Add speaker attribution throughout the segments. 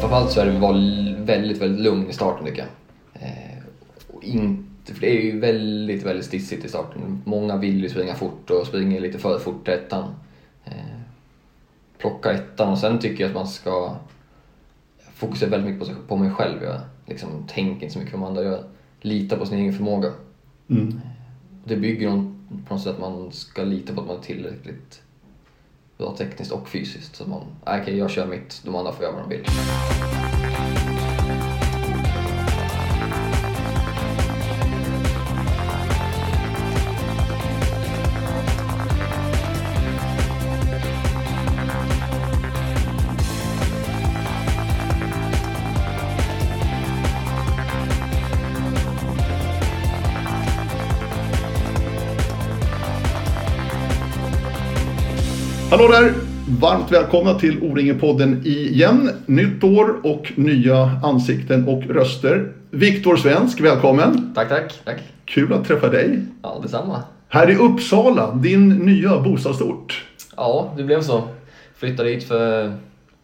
Speaker 1: framförallt så är det var väldigt, väldigt lugn i starten tycker jag. Eh, och inte, för det är ju väldigt, väldigt stissigt i starten. Många vill ju springa fort och springer lite för fort till ettan. Eh, plocka ettan och sen tycker jag att man ska fokusera väldigt mycket på, sig, på mig själv. Jag liksom, tänker inte så mycket på vad andra gör. Lita på sin egen förmåga.
Speaker 2: Mm.
Speaker 1: Det bygger om på något sätt att man ska lita på att man är tillräckligt bra tekniskt och fysiskt. Så att man, "Ah, okej jag kör mitt, de andra får göra vad de vill.
Speaker 2: Hallå där! Varmt välkomna till O-Ringen-podden igen. Nytt år och nya ansikten och röster. Viktor Svensk, välkommen!
Speaker 1: Tack, tack, tack.
Speaker 2: Kul att träffa dig.
Speaker 1: Ja, detsamma.
Speaker 2: Här i Uppsala, din nya bostadsort.
Speaker 1: Ja, det blev så. Flyttade hit för,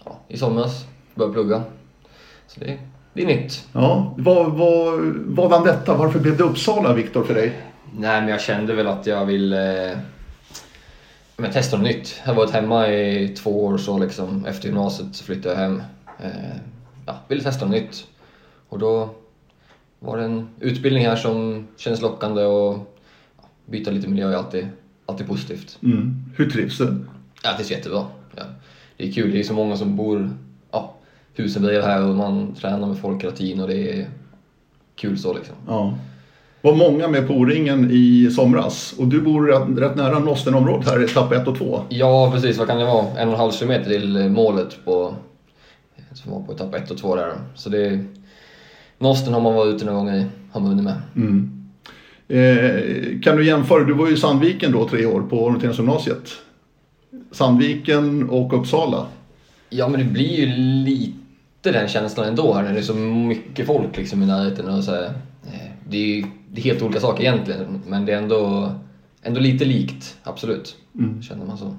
Speaker 1: ja, i somras, började plugga. Så det, det är nytt.
Speaker 2: Ja, vad, vad, vadan detta? Varför blev det Uppsala, Viktor, för dig?
Speaker 1: Nej, men jag kände väl att jag vill eh, men testa något nytt. Jag har varit hemma i två år så liksom. Efter gymnasiet så flyttade jag hem. Eh, ja, ville testa något nytt. Och då var det en utbildning här som kändes lockande och ja, byta lite miljö är alltid, alltid positivt.
Speaker 2: Mm. Hur trivs du?
Speaker 1: Ja, det är jättebra. Ja. Det är kul, det är så många som bor ja, husen bredvid här och man tränar med folk hela tiden och det är kul så liksom.
Speaker 2: Ja. var många med på O-Ringen i somras och du bor rätt, rätt nära Nostenområdet här i etapp 1 och 2.
Speaker 1: Ja, precis. Vad kan det vara? En och en halv kilometer till målet på, som var på etapp 1 och 2 där. Så det är, Nosten har man varit ute några gånger, har man vunnit med.
Speaker 2: Mm. Eh, kan du jämföra? Du var ju i Sandviken då tre år på orienteringsgymnasiet. Sandviken och Uppsala.
Speaker 1: Ja, men det blir ju lite den känslan ändå här när det är så mycket folk liksom i närheten. Och så här, eh, det, är ju, det är helt olika saker egentligen, men det är ändå, ändå lite likt, absolut. Känner man så.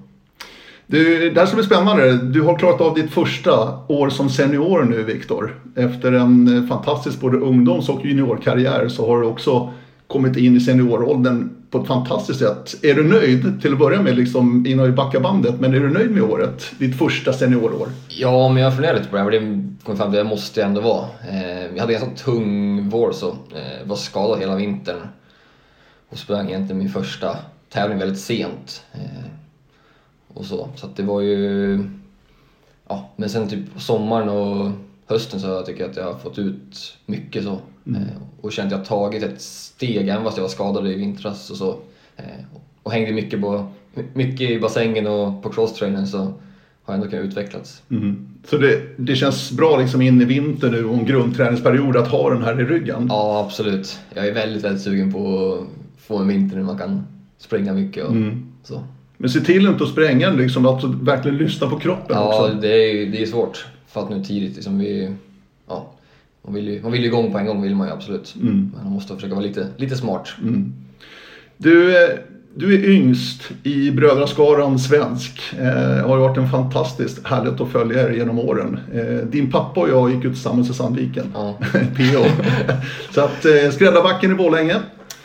Speaker 2: Du, det här ska bli spännande. Du har klarat av ditt första år som senior nu Viktor. Efter en fantastisk både ungdoms och juniorkarriär så har du också kommit in i senioråldern på ett fantastiskt sätt. Är du nöjd till att börja med liksom innan vi backar bandet, men är du nöjd med året? Ditt första seniorår?
Speaker 1: Ja, men jag funderar lite på det här och det kom fram till att det måste jag ändå vara. Eh, jag hade en ganska tung vår så, eh, var skadad hela vintern och sprang egentligen min första tävling väldigt sent. Eh, och så, så att det var ju... Ja, men sen typ på sommaren och hösten så tycker jag att jag har fått ut mycket så. Eh, och känt att jag tagit ett steg, även fast jag var skadad i vintras och så. Eh, och hängde mycket, på, mycket i bassängen och på crosstrainern så har jag ändå kunnat utvecklas.
Speaker 2: Så det, det känns bra liksom in i vinter nu och en grundträningsperiod att ha den här i ryggen.
Speaker 1: Ja, absolut. Jag är väldigt, väldigt sugen på att få en vinter när man kan springa mycket och
Speaker 2: Mm.
Speaker 1: så.
Speaker 2: Men se till inte att spränga den liksom, att verkligen lyssna på kroppen
Speaker 1: Ja,
Speaker 2: också.
Speaker 1: det är, ju- det är svårt. För att nu tidigt liksom vi... Ja, man vill ju, man vill ju igång på en gång, vill man ju absolut.
Speaker 2: Mm.
Speaker 1: Men man måste försöka vara lite, lite smart.
Speaker 2: Du, eh, du är yngst i brödraskaran svensk. Eh, har varit en fantastiskt härligt att följa er genom åren. Eh, din pappa och jag gick ut tillsammans i Sandviken.
Speaker 1: Ja.
Speaker 2: PO. Så att eh, skräddarbacken i Borlänge.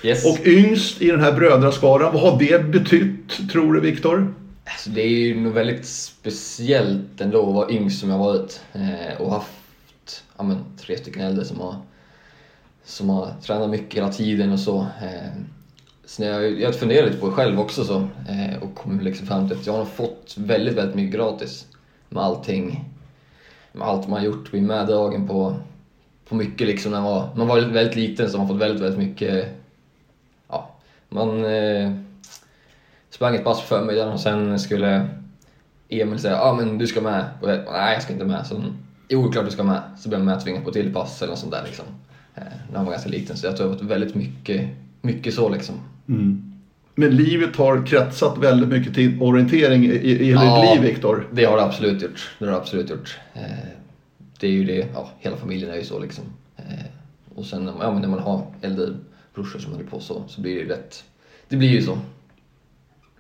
Speaker 1: Yes.
Speaker 2: Och yngst i den här brödraskaran, vad har det betytt tror du Viktor?
Speaker 1: Alltså, det är ju nog väldigt speciellt ändå att vara yngst som jag varit eh, och haft ja, men, tre stycken äldre som har, som har tränat mycket hela tiden och så. Eh, sen jag, jag har funderat lite på det själv också så, eh, och kommit liksom fram till att jag har fått väldigt, väldigt mycket gratis med allting. Med allt man har gjort, blivit meddragen på, på mycket liksom när man var, man var väldigt, väldigt liten så har man fått väldigt, väldigt mycket ja, man eh, sprang ett pass på förmiddagen och sen skulle Emil säga ja ah, men du ska med. Och jag, Nej jag ska inte med. Så, jo klart du ska med. Så blev man tvingad på ett till pass eller något sånt där liksom. Eh, när man var ganska liten så jag tror det har varit väldigt mycket, mycket så liksom.
Speaker 2: Men livet har kretsat väldigt mycket till orientering i, i hela
Speaker 1: Ja.
Speaker 2: ditt liv Viktor.
Speaker 1: Det har det absolut gjort. Det har det absolut gjort. Eh, det är ju det, ja hela familjen är ju så liksom. Eh, och sen när man- ja, men när man har äldre brorsor som håller på så, så blir det ju rätt. Det blir ju så.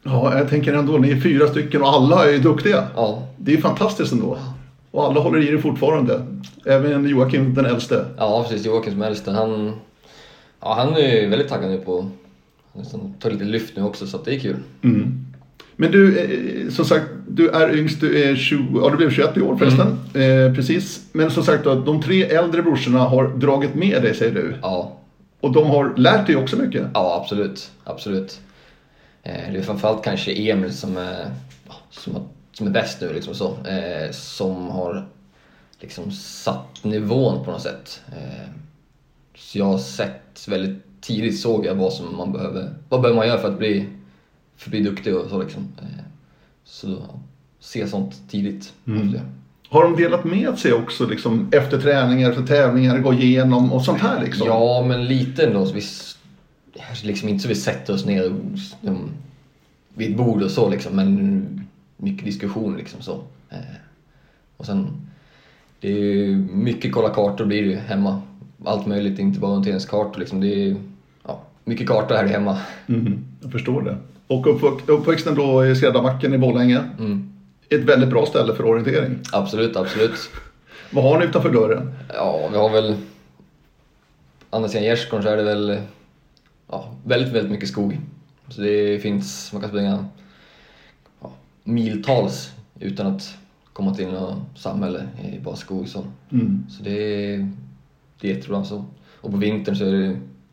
Speaker 2: Ja, jag tänker ändå, ni är fyra stycken och alla är ju duktiga.
Speaker 1: Ja,
Speaker 2: Det är ju fantastiskt ändå. Och alla håller i det fortfarande. Även Joakim den äldste.
Speaker 1: Ja, precis. Joakim som är äldst, han, ja, han är ju väldigt taggad nu på han tar lite lyft nu också så att det är kul.
Speaker 2: Mm. Men du, eh, som sagt, du är yngst, du är 20, ja du blev 21 i år förresten. Eh, precis. Men som sagt då, de tre äldre brorsorna har dragit med dig säger du.
Speaker 1: Ja,
Speaker 2: Och de har lärt dig också mycket.
Speaker 1: ja absolut. absolut. Eh, Det är framförallt kanske Emil som är, ja, som har- som är bäst nu, liksom så. Eh, som har liksom satt nivån på något sätt. Eh, Så jag har sett väldigt tidigt såg jag vad som man behöver, vad behöver man göra för att bli, för att bli duktig och så liksom. Eh, Så ja, se sånt tidigt. måste jag.
Speaker 2: Har de delat med sig också liksom, efter träningar, efter tävlingar, gå igenom och sånt här liksom?
Speaker 1: Ja, men lite ändå. Så vi, s- liksom inte så vi sätter oss ner och, s- um, vid ett bord och så liksom, men mycket diskussion liksom så. Eh, och sen, det är ju mycket kolla kartor blir det ju hemma. Allt möjligt, inte bara orienteringskartor liksom. Det är ju, ja, mycket kartor här hemma.
Speaker 2: Mhm, jag förstår det. Och uppvux- uppväxten då i Skräddarbacken i Borlänge.
Speaker 1: Mm.
Speaker 2: Ett väldigt bra ställe för orientering.
Speaker 1: Absolut, absolut.
Speaker 2: Vad har ni utanför dörren?
Speaker 1: Ja, vi har väl... Andra sidan gärdsgården så är det väl ja, väldigt, väldigt mycket skog. Så det finns, man kan springa ja, miltals utan att komma till något samhälle i bara skog. Så,
Speaker 2: Mm.
Speaker 1: så det, är- det är jättebra. Så. Och på vintern så är det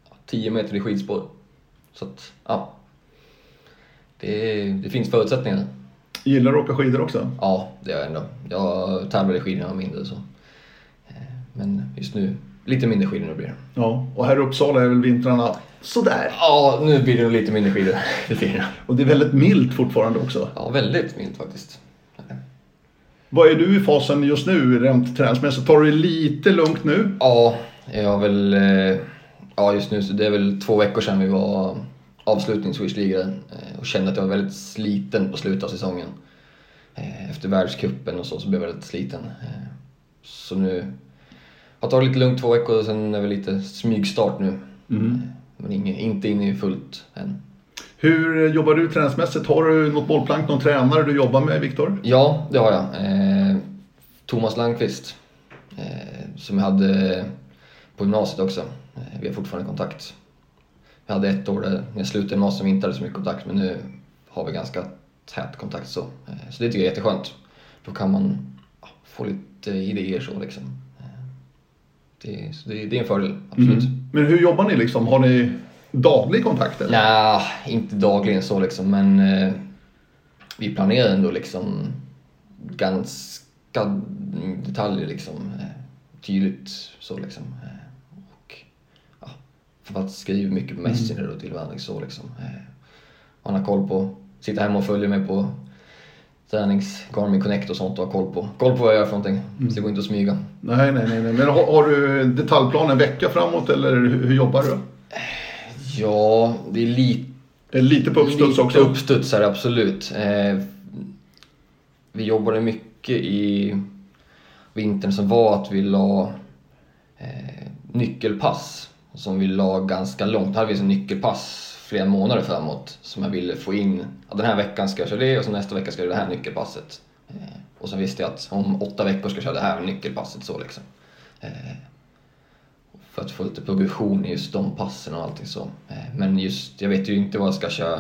Speaker 1: ja, 10 meter i skidspår. Så att, ja. Det, är- det finns förutsättningar.
Speaker 2: Gillar du att åka skidor också?
Speaker 1: Ja, det gör jag ändå. Jag tävlade i skidor när jag var mindre. Så. Eh, Men just nu, lite mindre skidor nu blir det.
Speaker 2: Ja. Och här i Uppsala är väl vintrarna sådär.
Speaker 1: Ja, nu blir det nog lite mindre skidor. Det blir det.
Speaker 2: Och det är väldigt milt fortfarande också.
Speaker 1: Ja, väldigt milt faktiskt.
Speaker 2: Vad är du i fasen just nu rent träningsmässigt? Tar du det lite lugnt nu?
Speaker 1: Ja, jag har väl... eh, Ja, just nu, så det är väl två veckor sedan vi var avslutning i Swedish League eh, och kände att jag var väldigt sliten på slutet av säsongen. Eh, Efter världscupen och så, så blev jag väldigt sliten. Eh, Så nu... Jag tar det lite lugnt två veckor och sen är det lite smygstart nu. Eh, Men inge, inte inne i fullt än.
Speaker 2: Hur jobbar du träningsmässigt? Har du något bollplank, någon tränare du jobbar med, Viktor?
Speaker 1: Ja, det har jag. Eh, Thomas Landqvist. Eh, som jag hade på gymnasiet också. Eh, vi har fortfarande kontakt. Jag hade ett år där när jag slutade gymnasiet som vi inte hade så mycket kontakt men nu har vi ganska tät kontakt så. Eh, så det tycker jag är jätteskönt. Då kan man ja, få lite idéer så liksom. Eh, det, så det, det är en fördel, absolut.
Speaker 2: Mm. Men hur jobbar ni liksom? Har ni daglig kontakt? Eller?
Speaker 1: Nej, inte dagligen så liksom, men eh, vi planerar ändå liksom ganska detaljer liksom. Eh, tydligt så liksom. Eh, och ja, framförallt skriver mycket på Messenger då till varandra så liksom. Eh, man har koll på, sitter hemma och följer mig på tränings, Garmin Connect och sånt och har koll på, koll på vad jag gör för någonting. Så det går inte att smyga.
Speaker 2: Nej, nej, nej. nej. Men har, har du detaljplan en vecka framåt eller hur, hur jobbar du?
Speaker 1: Ja, det är lite
Speaker 2: Eh, Lite på uppstuds
Speaker 1: Lite
Speaker 2: också?
Speaker 1: uppstudsar, absolut. Eh, vi jobbade mycket i vintern som var att vi la eh, nyckelpass som vi la ganska långt. Här hade vi så nyckelpass flera månader framåt som jag ville få in. Ja, den här veckan ska jag köra det och så nästa vecka ska jag göra det här nyckelpasset. Eh, och så visste jag att om åtta veckor ska jag köra det här nyckelpasset. Så liksom. eh, för att få lite progression i just de passen och allting så. Eh, Men just, jag vet ju inte vad jag ska köra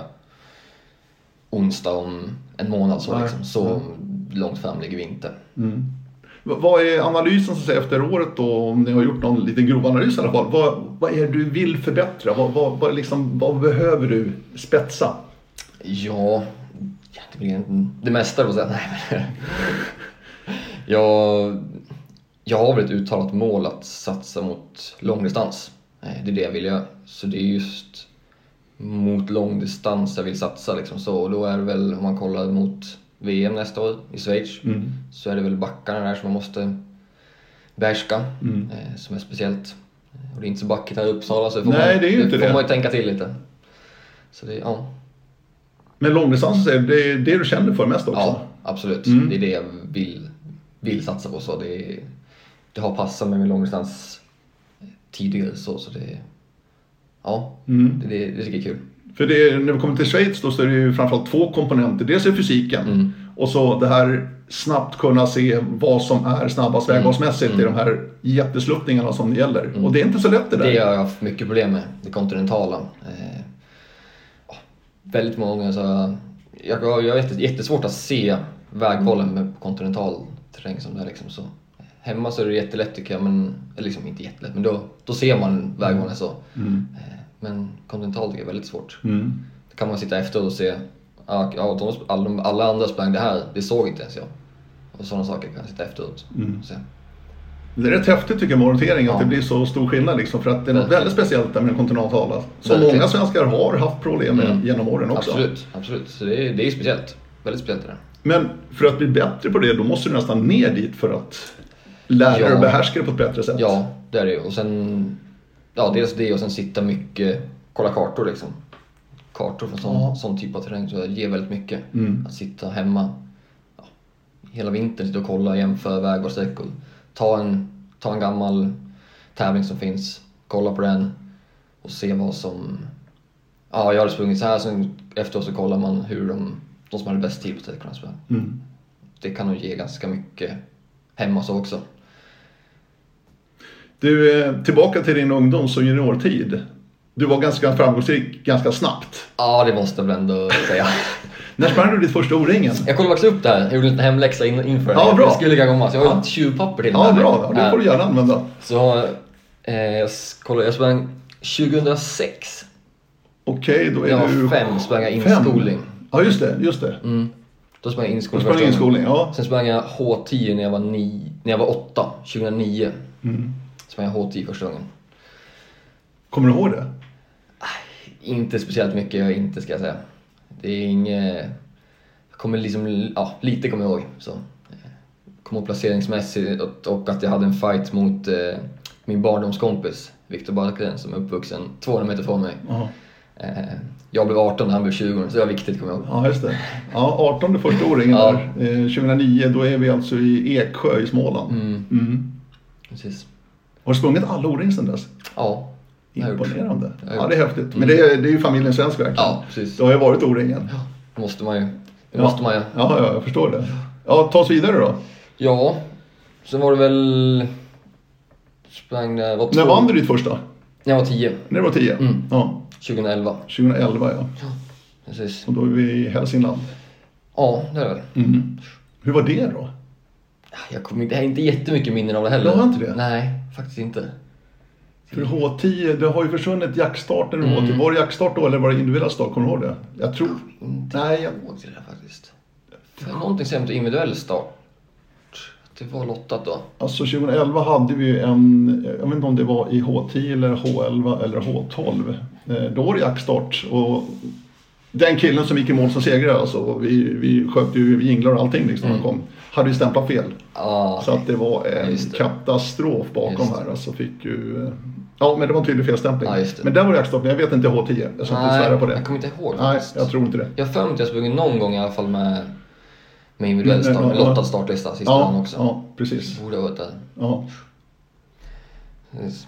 Speaker 1: onsdag om en månad så
Speaker 2: Nej,
Speaker 1: liksom. Så långt fram ligger vi inte.
Speaker 2: Mm. V- Vad är analysen som säger efter året då, om ni har gjort någon liten grov analys i alla fall? Vad, vad är det du vill förbättra? Vad, vad, vad, liksom, vad behöver du spetsa?
Speaker 1: Ja, ja, det blir en- det mesta på säga. Nej, men, jag, jag har väl ett uttalat mål att satsa mot långdistans. Eh, Det är det jag vill göra. Så det är just mot långdistans jag vill satsa. Liksom så. Och då är det väl, om man kollar mot VM nästa år i Schweiz,
Speaker 2: Mm.
Speaker 1: så är det väl backarna där som man måste behärska,
Speaker 2: Mm.
Speaker 1: eh, som är speciellt. Och det är inte så backigt här i Uppsala så får,
Speaker 2: Nej,
Speaker 1: man,
Speaker 2: det är ju inte
Speaker 1: får
Speaker 2: det.
Speaker 1: man ju tänka till lite. Så det, ja.
Speaker 2: Men långdistansen säger du, det är det du känner för mest också?
Speaker 1: Ja, absolut. Det är det jag vill, vill satsa på. Så det, det har passat mig med långdistans tidigare. Så, så det, ja,
Speaker 2: Mm.
Speaker 1: det, det, det tycker jag är kul.
Speaker 2: För det, är- när vi kommer till Schweiz då så är det ju framförallt två komponenter. Dels är fysiken Och så det här snabbt kunna se vad som är snabbast vägvalsmässigt i de här jättesluttningarna som det gäller. Och det är inte så lätt Mm. det där.
Speaker 1: Det har jag haft mycket problem med, det kontinentala. Eh, ja, väldigt många så jag, jag har jätte- jättesvårt att se vägvalen med kontinental terräng som det är liksom så. Hemma så är det jättelätt tycker jag, men, eller liksom inte jättelätt, men då, då ser man vägvalen så. Eh, Men kontinental tycker jag är väldigt svårt.
Speaker 2: Mm.
Speaker 1: Då kan man sitta efter och se, ah, ja, de, sp- alla, de- alla andra sprang det här, det såg inte ens jag. Och sådana saker kan jag sitta efteråt och se.
Speaker 2: Det är rätt häftigt tycker jag med orientering att
Speaker 1: Ja.
Speaker 2: det blir så stor skillnad liksom, för att det är något
Speaker 1: Verkligen.
Speaker 2: väldigt speciellt där med den kontinentala. Som
Speaker 1: Verkligen.
Speaker 2: många svenskar har haft problem med
Speaker 1: Mm.
Speaker 2: genom åren också.
Speaker 1: Absolut, absolut. Så det är, det är speciellt. Väldigt speciellt det där.
Speaker 2: Men för att bli bättre på det då måste du nästan ner dit för att lära dig
Speaker 1: Ja.
Speaker 2: och behärska det på ett bättre sätt.
Speaker 1: Ja, det är det ju. Och sen, ja, dels det och sen sitta mycket, kolla kartor liksom. Kartor från sån,
Speaker 2: Ja.
Speaker 1: sån typ av terräng tror jag ger väldigt mycket.
Speaker 2: Mm.
Speaker 1: Att sitta hemma ja, hela vintern, sitta och kolla, jämföra väg och sträckor. Ta en, ta en gammal tävling som finns, kolla på den och se vad som... Ja, jag hade sprungit så här, sen efteråt så kollar man hur de, de som hade bäst tid på sträckorna sprang.
Speaker 2: Mm.
Speaker 1: Det kan nog ge ganska mycket hemma så också.
Speaker 2: Du, eh, tillbaka till din ungdoms och juniortid. Du var ganska framgångsrik ganska snabbt.
Speaker 1: Ja, det måste jag väl ändå säga.
Speaker 2: När sprang du ditt första O-ringen?
Speaker 1: Jag kollade faktiskt upp det här. Jag gjorde lite hemläxa in, inför det.
Speaker 2: Ja, bra.
Speaker 1: Det skulle kunna komma. Så jag har ett tjuvpapper till
Speaker 2: Ja,
Speaker 1: den här.
Speaker 2: bra. Det får du gärna använda.
Speaker 1: Så eh, jag s- kollade. Jag sprang 2006.
Speaker 2: Okej, då är
Speaker 1: Jag
Speaker 2: du...
Speaker 1: var fem, sprang jag
Speaker 2: Fem?
Speaker 1: inskoling.
Speaker 2: Ja, just det. Just det.
Speaker 1: Då sprang jag
Speaker 2: Du
Speaker 1: inskoling
Speaker 2: sprang
Speaker 1: första gången.
Speaker 2: inskoling, ja.
Speaker 1: Sen sprang jag H10 när jag var, ni, när jag var åtta. 2009
Speaker 2: Mm.
Speaker 1: sprang jag H10 första gången.
Speaker 2: Kommer du ihåg det?
Speaker 1: Inte speciellt mycket jag inte ska jag säga. Det är inget... Jag kommer liksom... Ja, lite kommer jag ihåg. Så. Jag Kommer ihåg placeringsmässigt och- och att jag hade en fight mot eh, min barndomskompis Viktor Barkgren som är uppvuxen 200 meter från mig.
Speaker 2: Ja.
Speaker 1: Eh, jag blev 18 och han blev 20 så det var viktigt kommer jag ihåg.
Speaker 2: Ja, just det. Ja, 18 första O-ringen
Speaker 1: Ja.
Speaker 2: där. Eh, 2009, då är vi alltså i Eksjö i Småland.
Speaker 1: Mm,
Speaker 2: Mm.
Speaker 1: precis.
Speaker 2: Har du sprungit alla O-ring sedan dess?
Speaker 1: Ja. det har jag gjort.
Speaker 2: Imponerande.
Speaker 1: Jag har
Speaker 2: Ja,
Speaker 1: gjort. Mm.
Speaker 2: det är häftigt. Men det är, det är ju familjen svensk verkligen.
Speaker 1: Ja, precis.
Speaker 2: Det har ju varit O-ringen.
Speaker 1: Ja, det måste man ju. Det måste man ju.
Speaker 2: Ja, ja, jag förstår det. Ja, ta oss vidare då.
Speaker 1: Ja. Sen var det väl... Sprang det... Var två,
Speaker 2: När vann du ditt första?
Speaker 1: När jag var 10.
Speaker 2: När du var 10?
Speaker 1: Mm.
Speaker 2: Ja,
Speaker 1: 2011.
Speaker 2: 2011 ja.
Speaker 1: Precis.
Speaker 2: Och då är vi i Hälsingland.
Speaker 1: Ja, det är det.
Speaker 2: Mm. Hur var det då?
Speaker 1: Jag kommer inte, jag har inte jättemycket minnen av det heller.
Speaker 2: Du har inte det?
Speaker 1: Nej, faktiskt inte.
Speaker 2: För H10, det har ju försvunnit jaktstarten ur
Speaker 1: Mm.
Speaker 2: H10. Var det jaktstart då eller var det individuell start? Kommer du ihåg det? Jag tror...
Speaker 1: Inte
Speaker 2: Nej, jag...
Speaker 1: Jag kommer ihåg det där faktiskt. För någonting sämre individuell start. Det var lottat då.
Speaker 2: Alltså 2011 hade vi ju en, jag vet inte om det var i H10 eller H11 eller H12. Eh, Då var det jaktstart och den killen som gick i mål som segrare alltså, och vi, vi sköt ju jinglar och allting liksom när han kom. Hade ju stämplat fel.
Speaker 1: Ah,
Speaker 2: Så att det var en
Speaker 1: Mm. Just det.
Speaker 2: katastrof bakom
Speaker 1: Just det.
Speaker 2: här. Alltså fick ju, eh, ja men det var en tydlig felstämpling.
Speaker 1: Ja, just det.
Speaker 2: men där var det jaktstart, men jag vet inte H10. Jag ska inte svära på det.
Speaker 1: jag kommer inte ihåg
Speaker 2: Nej,
Speaker 1: faktiskt.
Speaker 2: jag tror inte det.
Speaker 1: Jag har för mig att jag sprungit någon gång i alla fall med, med individuell
Speaker 2: Men,
Speaker 1: start.
Speaker 2: ja,
Speaker 1: Med
Speaker 2: ja.
Speaker 1: lottad startlista sista dagen
Speaker 2: Ja,
Speaker 1: också.
Speaker 2: ja, precis.
Speaker 1: Borde ha varit där.
Speaker 2: Ja.
Speaker 1: Precis.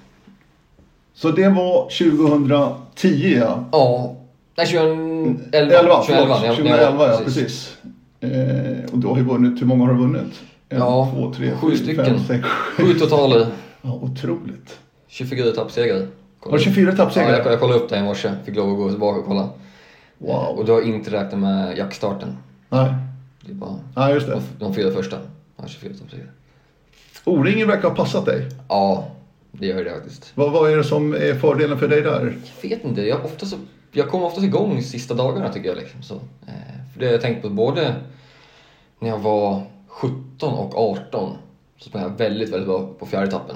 Speaker 2: Så det var 2010 ja.
Speaker 1: Ja. Nej, 2011.
Speaker 2: 11,
Speaker 1: 2011,
Speaker 2: förlåt. 2011 ja, precis. Eh, och du har ju vunnit, hur många har du vunnit? En,
Speaker 1: Ja,
Speaker 2: två, tre,
Speaker 1: sju
Speaker 2: fyra,
Speaker 1: stycken.
Speaker 2: Fem, sex, sju.
Speaker 1: Sju totaler.
Speaker 2: Ja, otroligt.
Speaker 1: 24 etappsegrar.
Speaker 2: Var det 24
Speaker 1: Ja, jag,
Speaker 2: etappsegrar?
Speaker 1: jag kollade upp det i morse. Fick lov att gå tillbaka och kolla.
Speaker 2: Wow.
Speaker 1: Och du har inte räknat med jaktstarten.
Speaker 2: Nej,
Speaker 1: Det är bara
Speaker 2: nej just det.
Speaker 1: de, de fyra första. Ja, 24 som säger.
Speaker 2: O-ringen verkar ha passat dig.
Speaker 1: Ja, det gör det faktiskt.
Speaker 2: Vad, vad är det som är fördelen för dig där?
Speaker 1: Jag vet inte. Jag, ofta så, jag kommer oftast igång de sista dagarna tycker jag. Liksom, så. Eh, För det har jag tänkt på både när jag var 17 och 18 så sprang jag väldigt, väldigt bra på fjärde etappen.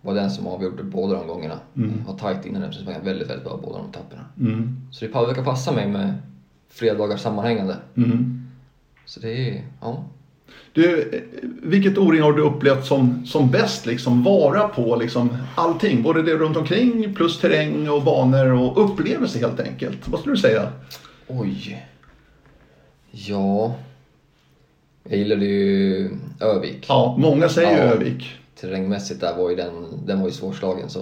Speaker 1: Var den som avgjorde båda de gångerna. Mm. Var tajt innan den, så sprang jag väldigt, väldigt bra båda de etapperna.
Speaker 2: Mm.
Speaker 1: Så det verkar passa mig med fredagar sammanhängande.
Speaker 2: Mm.
Speaker 1: Så det är, ja.
Speaker 2: Du, eh, vilket O-ring har du upplevt som, som bäst liksom? Vara på liksom allting, både det runt omkring plus terräng och banor och upplevelse helt enkelt. Vad skulle du säga?
Speaker 1: Oj. Ja. Jag gillade ju Övik.
Speaker 2: Ja, många säger ju
Speaker 1: Ja.
Speaker 2: Övik.
Speaker 1: Terrängmässigt där var ju den, den var ju svårslagen så.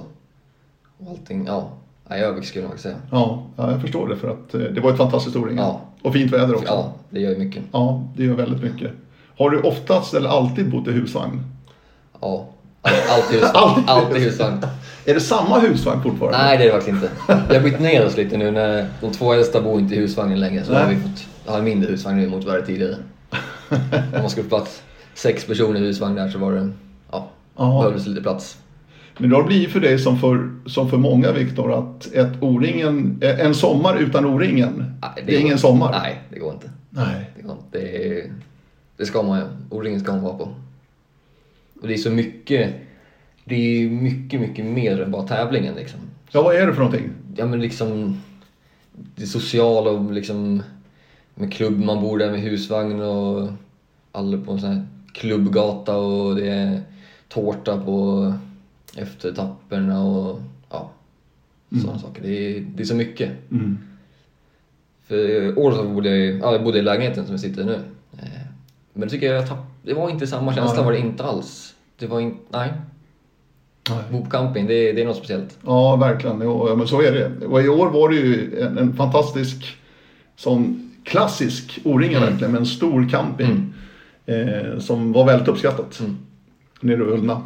Speaker 1: Och allting, ja. Nej, Övik skulle jag nog säga.
Speaker 2: Ja, ja, jag förstår det för att eh, det var ett fantastiskt o
Speaker 1: Ja.
Speaker 2: ja. Och fint väder också.
Speaker 1: Ja, det gör ju mycket.
Speaker 2: Ja, det gör väldigt mycket. Har du oftast eller alltid bott i husvagn?
Speaker 1: Ja. All- Alltid husvagn.
Speaker 2: Alltid.
Speaker 1: Alltid husvagn.
Speaker 2: Är det samma husvagn fortfarande?
Speaker 1: Nej, det är det faktiskt inte. Vi har bytt ner oss lite nu när de två äldsta bor inte i husvagnen längre. Så
Speaker 2: Nej.
Speaker 1: har vi fått ha en mindre husvagn nu mot vad det var tidigare. Om man skulle få plats sex personer i husvagn där så var det, ja,
Speaker 2: Ja.
Speaker 1: behövdes lite plats.
Speaker 2: Men det har blivit för dig som för, som för många Viktor att ett O-ringen, eh, en sommar utan O-ringen,
Speaker 1: Nej,
Speaker 2: det, är
Speaker 1: går-
Speaker 2: ingen sommar.
Speaker 1: Nej, det går inte.
Speaker 2: Nej.
Speaker 1: Det, går inte. det, är- det ska man ju. O-ringen ska man vara på. Och det är så mycket, det är ju mycket, mycket mer än bara tävlingen liksom.
Speaker 2: Ja, vad är det för någonting?
Speaker 1: ja men liksom det sociala och liksom med klubb man bor där med husvagn och alla på en sån här klubbgata och det är tårta på eftertapperna och ja, sådana saker. Det är, det är så mycket.
Speaker 2: Mm.
Speaker 1: För året så bodde jag, i- ja, jag bodde i lägenheten som jag sitter i nu. Eh, Men det tycker jag jag tapp, det var inte samma känsla
Speaker 2: Nej.
Speaker 1: var det inte alls. Det var inte, nej.
Speaker 2: Nej.
Speaker 1: Bo på camping, det, är- det är något speciellt.
Speaker 2: Ja, verkligen. Jo, men så är det. Och i år var det ju en, en fantastisk, sån klassisk O-ring
Speaker 1: Mm.
Speaker 2: verkligen, med en stor camping. Eh, som var väldigt uppskattat.
Speaker 1: Mm.
Speaker 2: Nere i Ullna.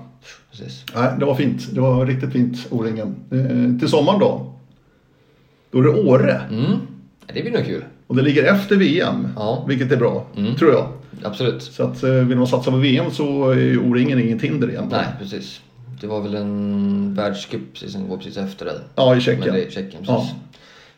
Speaker 1: Precis.
Speaker 2: Nej, det var fint. Det var riktigt fint, O-ringen. Eh, till sommaren då? Då är det Åre.
Speaker 1: Mm. Ja, Det blir nog kul.
Speaker 2: Och det ligger efter VM,
Speaker 1: Ja.
Speaker 2: vilket är bra,
Speaker 1: Mm.
Speaker 2: tror jag.
Speaker 1: Absolut.
Speaker 2: Så att eh, vill man satsa på VM så är ju O-ringen inget hinder egentligen.
Speaker 1: Nej, precis. Det var väl en världscup precis som går precis efter det.
Speaker 2: Ja, i
Speaker 1: Men
Speaker 2: Tjeckien.
Speaker 1: det är Tjeckien, precis.
Speaker 2: Ja.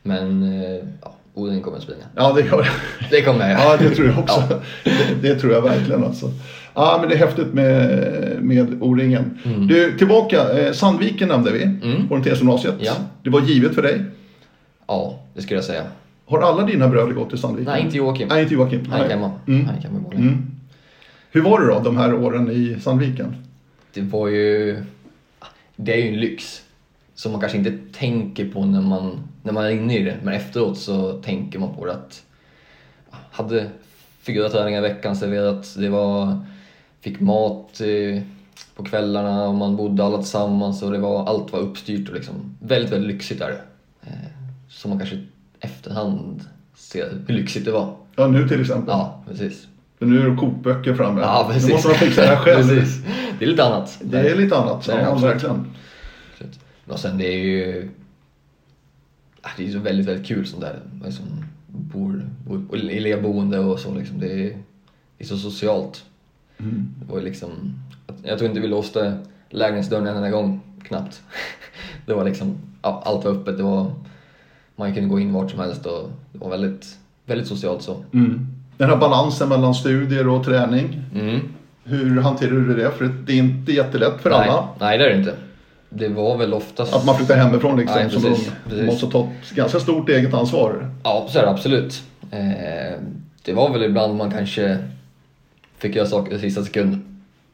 Speaker 1: Men eh, ja, Odin kommer att springa.
Speaker 2: Ja, det gör det.
Speaker 1: Det kommer jag
Speaker 2: Ja, det tror jag också. Det, det tror jag verkligen alltså. Ja, men det är häftigt med, med O-ringen. Du, tillbaka. Eh, Sandviken nämnde vi.
Speaker 1: Mm.
Speaker 2: Orienteringsgymnasiet.
Speaker 1: Ja.
Speaker 2: Det var givet för dig.
Speaker 1: Ja, det skulle jag säga.
Speaker 2: Har alla dina bröder gått till Sandviken?
Speaker 1: Nej, inte Joakim.
Speaker 2: Nej, inte Joakim.
Speaker 1: Han gick hemma.
Speaker 2: Mm.
Speaker 1: Han gick hemma i Borlänge.
Speaker 2: Mm. Hur var det då, de här åren i Sandviken?
Speaker 1: Det var ju... Det är ju en lyx. Som man kanske inte tänker på när man, när man är inne i det. Men efteråt så tänker man på det att... Hade fyra träningar i veckan serverat. Det var... Fick mat eh, på kvällarna och man bodde alla tillsammans och det var, allt var uppstyrt och liksom väldigt, väldigt lyxigt där. Eh, Som man kanske i efterhand ser hur lyxigt det var.
Speaker 2: Ja, nu till exempel.
Speaker 1: Ja, precis.
Speaker 2: För nu är det kokböcker framme.
Speaker 1: Ja, precis.
Speaker 2: Nu måste man fixa det här själv.
Speaker 1: precis. Det är lite annat.
Speaker 2: Det är lite annat.
Speaker 1: Det är det
Speaker 2: Ja,
Speaker 1: absolut.
Speaker 2: verkligen.
Speaker 1: Absolut. Men sen det är ju... Ah, Det är ju så väldigt, väldigt kul sånt där. Man Liksom bor, bor, elevboende och så liksom. Det är, det är så socialt.
Speaker 2: Mm.
Speaker 1: Det var ju liksom... Jag tror inte vi låste lägenhetsdörren en enda gång, knappt. Det var liksom... Ja, allt var öppet. Det var, man kunde gå in vart som helst och det var väldigt, väldigt socialt så.
Speaker 2: Mm. Den här balansen mellan studier och träning.
Speaker 1: Mm.
Speaker 2: Hur hanterar du det? För det är inte jättelätt för
Speaker 1: nej,
Speaker 2: alla.
Speaker 1: nej, det är det inte. Det var väl oftast...
Speaker 2: Att man flyttar hemifrån liksom
Speaker 1: Nej,
Speaker 2: som
Speaker 1: precis,
Speaker 2: ung. Man
Speaker 1: precis.
Speaker 2: måste ta ett ganska stort eget ansvar.
Speaker 1: Ja, så är det absolut. Eh, det var väl ibland man kanske fick göra saker i sista sekund.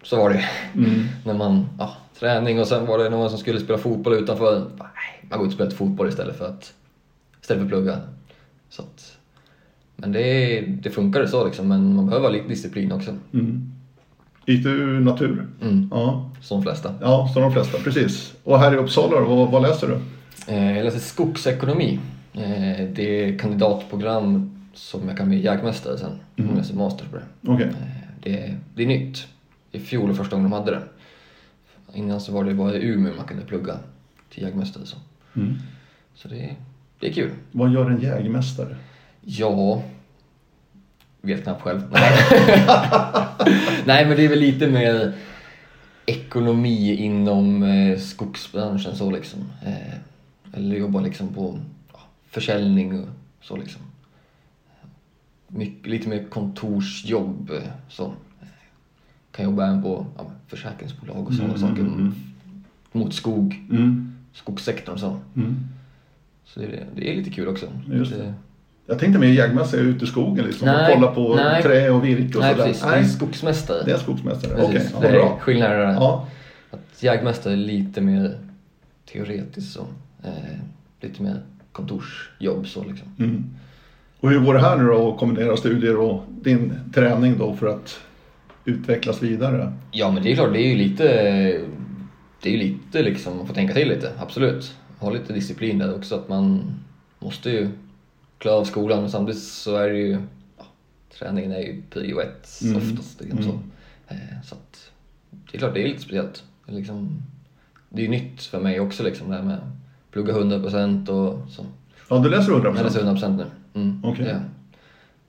Speaker 1: Så var det När man, ja, träning och sen var det någon som skulle spela fotboll utanför. Bara, Nej, man går ut och spelar fotboll istället för att, istället för att plugga. Så att, men det, det funkade så liksom, men man behöver ha lite disciplin också.
Speaker 2: Mm. Gick du natur?
Speaker 1: Mm,
Speaker 2: Ja.
Speaker 1: som de flesta.
Speaker 2: ja, som de flesta. Precis. Och här i Uppsala då, vad, vad läser du?
Speaker 1: Eh, jag läser skogsekonomi. Eh, det är kandidatprogram som jag kan bli jägmästare sen.
Speaker 2: Mm.
Speaker 1: Jag läser master på det.
Speaker 2: Okej.
Speaker 1: Eh, Det, det är nytt. I fjol var första gången de hade det. Innan så var det bara i Umeå man kunde plugga till jägmästare. Så,
Speaker 2: Mm.
Speaker 1: så det, det är kul.
Speaker 2: Vad gör en jägmästare?
Speaker 1: Ja, vet knappt själv. Nej. Nej, men det är väl lite mer ekonomi inom eh, skogsbranschen så liksom. Eh, eller jobba liksom på ja, försäljning och så liksom. Mycket, lite mer kontorsjobb eh, så. Eh, Kan jobba även på ja, försäkringsbolag och sådana
Speaker 2: Mm,
Speaker 1: saker.
Speaker 2: mm, mm.
Speaker 1: Mot skog,
Speaker 2: Mm.
Speaker 1: skogssektorn och så.
Speaker 2: Mm.
Speaker 1: Så det är, det är lite kul också.
Speaker 2: Just det.
Speaker 1: Eh,
Speaker 2: Jag tänkte mer jägmästare ute i skogen liksom.
Speaker 1: Nej,
Speaker 2: och kolla på
Speaker 1: nej.
Speaker 2: trä och virke och
Speaker 1: Nej
Speaker 2: sådär.
Speaker 1: precis, det är
Speaker 2: Nej,
Speaker 1: skogsmästare.
Speaker 2: det är en skogsmästare. Okej,
Speaker 1: Precis.
Speaker 2: ja,
Speaker 1: det
Speaker 2: vad
Speaker 1: är
Speaker 2: bra.
Speaker 1: skillnaden där.
Speaker 2: Ja.
Speaker 1: Att jägmästare är lite mer teoretiskt så. Eh, lite mer kontorsjobb så liksom.
Speaker 2: Mm. Och hur går det här nu då att kombinera studier och din träning då för att utvecklas vidare?
Speaker 1: Ja men det är klart, det är ju lite... Det är ju lite liksom, man får tänka till lite, absolut. Ha lite disciplin där också att man måste ju klara av skolan. Men samtidigt så är det ju, ja, träningen är ju prio ett
Speaker 2: Mm.
Speaker 1: oftast. Liksom, så. Eh, så att, det är klart, det är lite speciellt. Liksom, det är ju nytt för mig också liksom det här med att plugga 100% och så.
Speaker 2: Ja, du läser 100
Speaker 1: Jag läser 100% nu. Mm,
Speaker 2: Okej.
Speaker 1: det är jag.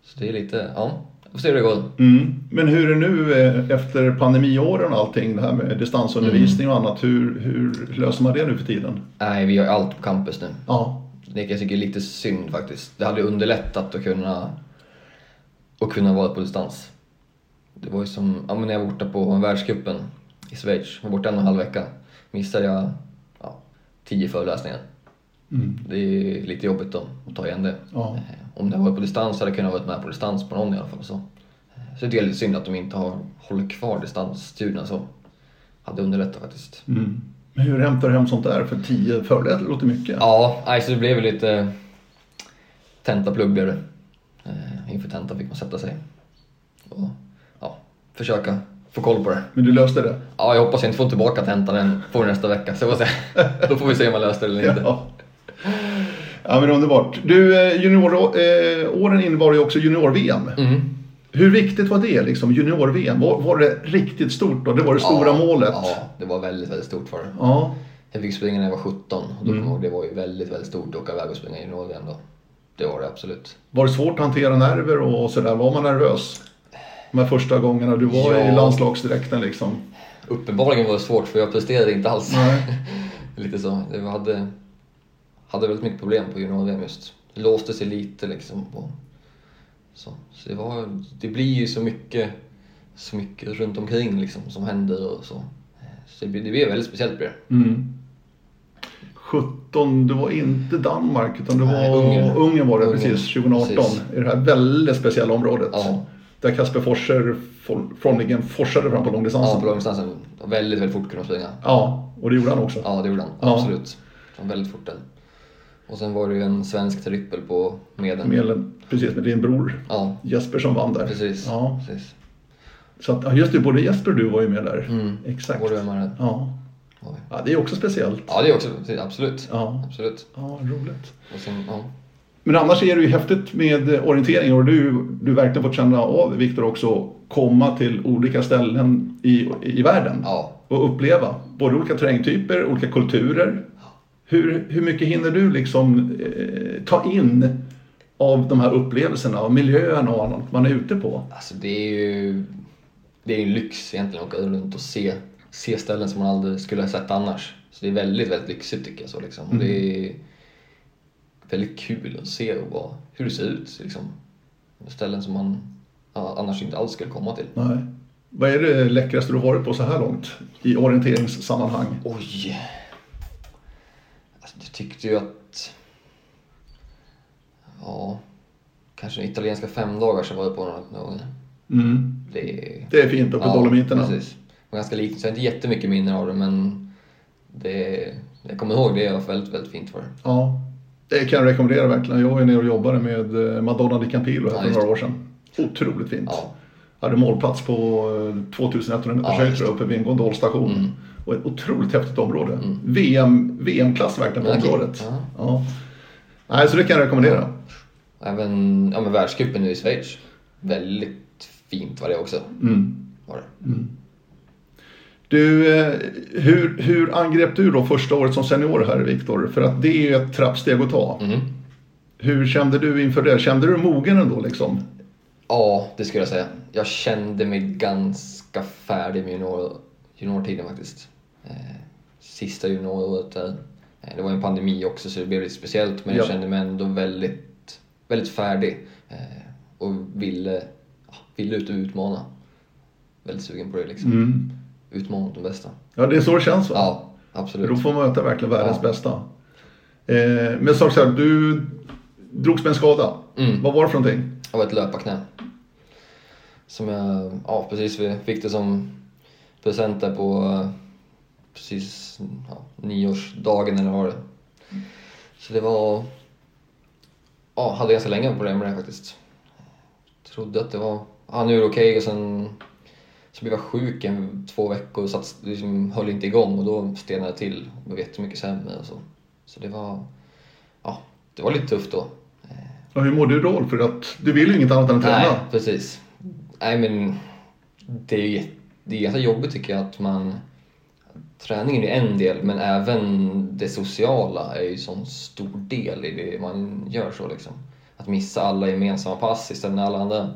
Speaker 1: Så det är lite, ja. Vi får se hur det går.
Speaker 2: Mm. Men hur är det nu eh, efter pandemiåren och allting, det här med distansundervisning
Speaker 1: Mm.
Speaker 2: och annat, hur, hur löser man det nu för tiden?
Speaker 1: Nej, vi gör allt på campus nu.
Speaker 2: Ja,
Speaker 1: Det kan jag tycka är lite synd faktiskt. Det hade ju underlättat att kunna, att kunna vara på distans. Det var ju som, ja men när jag var borta på världscupen i Schweiz, var borta en och en halv vecka. Missade jag ja, tio föreläsningar.
Speaker 2: mm.
Speaker 1: Det är lite jobbigt då, att ta igen det.
Speaker 2: ja.
Speaker 1: Eh, Om det hade varit på distans hade jag kunnat vara med på distans på någon i alla fall. Så, Eh, så det är lite synd att de inte har, håller kvar distansstudierna så. Hade underlättat faktiskt.
Speaker 2: Mm. Men hur hämtar du hem sånt där? För 10 föreläsningar låter mycket.
Speaker 1: Ja, nej, så det blev väl lite tentaplugg blev det. Eh, Inför tentan fick man sätta sig och ja, försöka få koll på det.
Speaker 2: Men du löste det?
Speaker 1: Ja, jag hoppas jag inte får tillbaka tentan än på nästa vecka. Så jag får se. Då får vi se om jag löste det eller inte.
Speaker 2: Ja. ja, men underbart. Du, eh, junioråren innebar ju också junior-VM.
Speaker 1: Mm.
Speaker 2: Hur viktigt var det, liksom, junior-VM? Var, var det riktigt stort då? Det var det stora
Speaker 1: ja,
Speaker 2: målet?
Speaker 1: Ja, det var väldigt, väldigt stort för det.
Speaker 2: Ja.
Speaker 1: Jag fick springa när jag var 17 och då
Speaker 2: Mm.
Speaker 1: kommer jag ihåg det var ju väldigt, väldigt stort att åka iväg och springa i junior igen då. Det var det absolut.
Speaker 2: Var det svårt att hantera nerver och sådär? Var man nervös? De här första gångerna du var i
Speaker 1: Ja.
Speaker 2: landslagsdräkten liksom.
Speaker 1: Uppenbarligen var det svårt för jag presterade inte alls.
Speaker 2: Nej.
Speaker 1: Lite så. Jag hade, hade väldigt mycket problem på junior-VM just. Det låste sig lite liksom. På, så så det, var, det blir ju så mycket, så mycket runt omkring liksom som händer och så. Eh, Så det, blir- det blir väldigt speciellt blir det.
Speaker 2: Mm. 17, det var inte Danmark utan det var
Speaker 1: Nej,
Speaker 2: Ungern,
Speaker 1: Ungern.
Speaker 2: var det
Speaker 1: Ungern,
Speaker 2: precis, 2018.
Speaker 1: precis.
Speaker 2: I det här väldigt speciella området.
Speaker 1: Ja.
Speaker 2: Där Kasper Forser for- formligen forsade fram på
Speaker 1: Ja,
Speaker 2: långdistansen.
Speaker 1: Alltså, på långdistansen. Väldigt, väldigt fort kunde de springa.
Speaker 2: Ja, och det gjorde han också.
Speaker 1: Ja, det gjorde han.
Speaker 2: Ja.
Speaker 1: Absolut. Han var väldigt fort den. Och sen var det ju en svensk trippel på medel.
Speaker 2: Med, precis, med din bror
Speaker 1: Ja,
Speaker 2: Jesper som vann där.
Speaker 1: precis.
Speaker 2: Ja.
Speaker 1: precis.
Speaker 2: Så att, ja, just det, både Jesper och du var ju med där.
Speaker 1: Mm.
Speaker 2: Exakt.
Speaker 1: Både med den.
Speaker 2: Ja.
Speaker 1: var vi.
Speaker 2: ja, det är också speciellt.
Speaker 1: Ja, det är också, absolut.
Speaker 2: Ja,
Speaker 1: Absolut.
Speaker 2: ja roligt.
Speaker 1: Och sen, ja.
Speaker 2: Men annars är det ju häftigt med orientering och du, du verkligen fått känna av Viktor också komma till olika ställen i, i världen
Speaker 1: ja.
Speaker 2: och uppleva både olika terrängtyper, olika kulturer. Hur, hur mycket hinner du liksom eh, ta in av de här upplevelserna och miljön och annat man är ute på?
Speaker 1: Alltså det är ju det är ju en lyx egentligen att åka runt och se, se ställen som man aldrig skulle ha sett annars. Så det är väldigt, väldigt lyxigt tycker jag. Så liksom. och det är väldigt kul att se och vad, hur det ser ut. Liksom. Ställen som man ja, annars inte alls skulle komma till.
Speaker 2: Nej. Vad är det läckraste du har varit på så här långt i orienteringssammanhang?
Speaker 1: Oj! Alltså, jag tyckte ju att... Ja, kanske den italienska femdagar som var jag på några några gånger.
Speaker 2: Mm.
Speaker 1: Det är
Speaker 2: Det är fint uppe i Dolomiterna.
Speaker 1: Precis. Och ganska litet, så jag har inte jättemycket minnen av det men det, jag kommer ihåg det, det var väldigt, väldigt fint för det.
Speaker 2: Ja, det kan jag rekommendera verkligen. Jag var ju nere och jobbade med eh, Madonna di Campillo
Speaker 1: Ja,
Speaker 2: här för
Speaker 1: just
Speaker 2: några år sedan. Otroligt fint.
Speaker 1: Ja,
Speaker 2: Hade målplats på eh, 2100 meters
Speaker 1: Ja,
Speaker 2: höjd
Speaker 1: just
Speaker 2: tror jag, uppe vid en gondolstation.
Speaker 1: Mm.
Speaker 2: Och ett otroligt häftigt område. VM, VM-klass verkligen på
Speaker 1: Ja, okej.
Speaker 2: området.
Speaker 1: Ja.
Speaker 2: Ja. Nej, så det kan jag rekommendera.
Speaker 1: Och även ja, men världscupen nu i Schweiz. Väldigt fint var det också.
Speaker 2: Mm.
Speaker 1: Var det.
Speaker 2: Du, eh, hur, hur angrep du då första året som senior här Viktor? För att det är ju ett trappsteg att ta.
Speaker 1: Mhm.
Speaker 2: Hur kände du inför det? Kände du mogen ändå liksom?
Speaker 1: Ja, det skulle jag säga. Jag kände mig ganska färdig med junior, juniortiden faktiskt. Eh, sista junioråret där. Eh, det var ju en pandemi också så det blev lite speciellt men jag
Speaker 2: Ja.
Speaker 1: kände mig ändå väldigt, väldigt färdig. Eh, och ville, ja, ville ut och utmana. Väldigt sugen på det liksom.
Speaker 2: Mm.
Speaker 1: Utmana mot de bästa.
Speaker 2: Ja, det är så det känns va?
Speaker 1: Ja,
Speaker 2: Då
Speaker 1: absolut.
Speaker 2: får man möta verkligen världens
Speaker 1: Mm. Ja.
Speaker 2: bästa. Eh, men som sagt, du drogs med en skada.
Speaker 1: Mm.
Speaker 2: Vad var det för någonting?
Speaker 1: Det var ett löparknä. Som jag, ja precis, vi fick det som present där på eh, precis ja, nioårsdagen eller vad det var. Så det var, ja hade ganska länge problem med det faktiskt. Trodde att det var, ja nu är det okej och sen så blev jag sjuk en, två veckor och satt, liksom, höll inte igång och då stelnade jag till och blev jättemycket sämre och så. Så det var, ja det var lite tufft då. Eh,
Speaker 2: Och hur mår du då? För att du vill ju inget annat än att
Speaker 1: Nej,
Speaker 2: träna.
Speaker 1: precis. Nej, men det är ju jät- det är ganska jobbigt tycker jag att man... Träningen är en del, men även det sociala är ju en sån stor del i det man gör så liksom. Att missa alla gemensamma pass istället när alla andra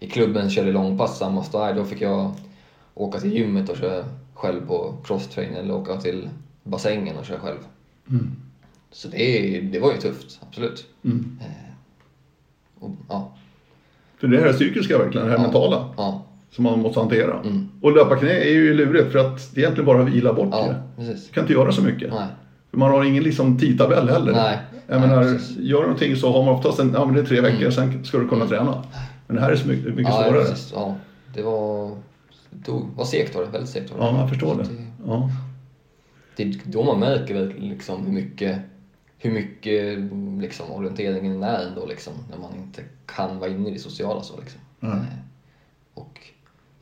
Speaker 1: i klubben körde långpass samma style. Då fick jag åka till gymmet och köra själv på crosstrain eller åka till bassängen och köra själv.
Speaker 2: Mm.
Speaker 1: Så det, det var ju tufft, absolut.
Speaker 2: Mm.
Speaker 1: Och, ja,
Speaker 2: För det här är psykiska verkligen, det här
Speaker 1: Ja.
Speaker 2: mentala.
Speaker 1: ja,
Speaker 2: Som man måste hantera.
Speaker 1: Mm.
Speaker 2: Och löpa knä är ju lurigt för att det är egentligen bara att vila bort
Speaker 1: ja,
Speaker 2: det.
Speaker 1: precis.
Speaker 2: Du kan inte göra så mycket.
Speaker 1: Nej.
Speaker 2: För man har ingen liksom tidtabell heller.
Speaker 1: Nej,
Speaker 2: Jag
Speaker 1: nej,
Speaker 2: menar,
Speaker 1: precis. Mm.
Speaker 2: gör du någonting så har man oftast en, ja men det är tre veckor, sen ska du kunna träna. Men det här är så mycket, mycket
Speaker 1: ja,
Speaker 2: svårare.
Speaker 1: precis. Ja, det var, det tog- var segt var det. Väldigt segt var det.
Speaker 2: Ja, man förstår det.
Speaker 1: Så det-
Speaker 2: Ja.
Speaker 1: Det är då man märker väl liksom hur mycket, hur mycket liksom orienteringen är ändå liksom. När man inte kan vara inne i det sociala så liksom.
Speaker 2: Nej.
Speaker 1: Eh, Och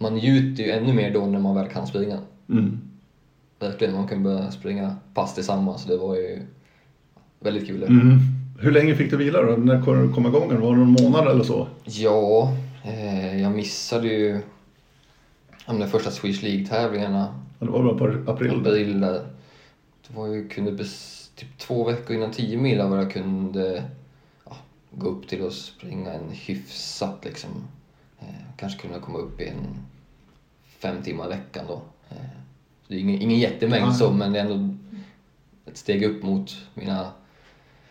Speaker 1: man njuter ju ännu mer då när man väl kan springa.
Speaker 2: Mm.
Speaker 1: Verkligen, man kan börja springa pass tillsammans. Det var ju väldigt kul.
Speaker 2: Mm. Hur länge fick du vila då? När kom du komma igång? Var det någon månad eller så?
Speaker 1: Ja, eh, jag missade ju ja, men de första Swedish League-tävlingarna
Speaker 2: Ja, Det var väl på april?
Speaker 1: april där. Det var ju, kunde bes, typ två veckor innan 10 mil var jag kunde ja, gå upp till och springa en hyfsat liksom. Eh, kanske kunde komma upp i en fem timmar i veckan då. Eh, det är ingen, ingen jättemängd
Speaker 2: Nej.
Speaker 1: så, men det är ändå ett steg upp mot mina,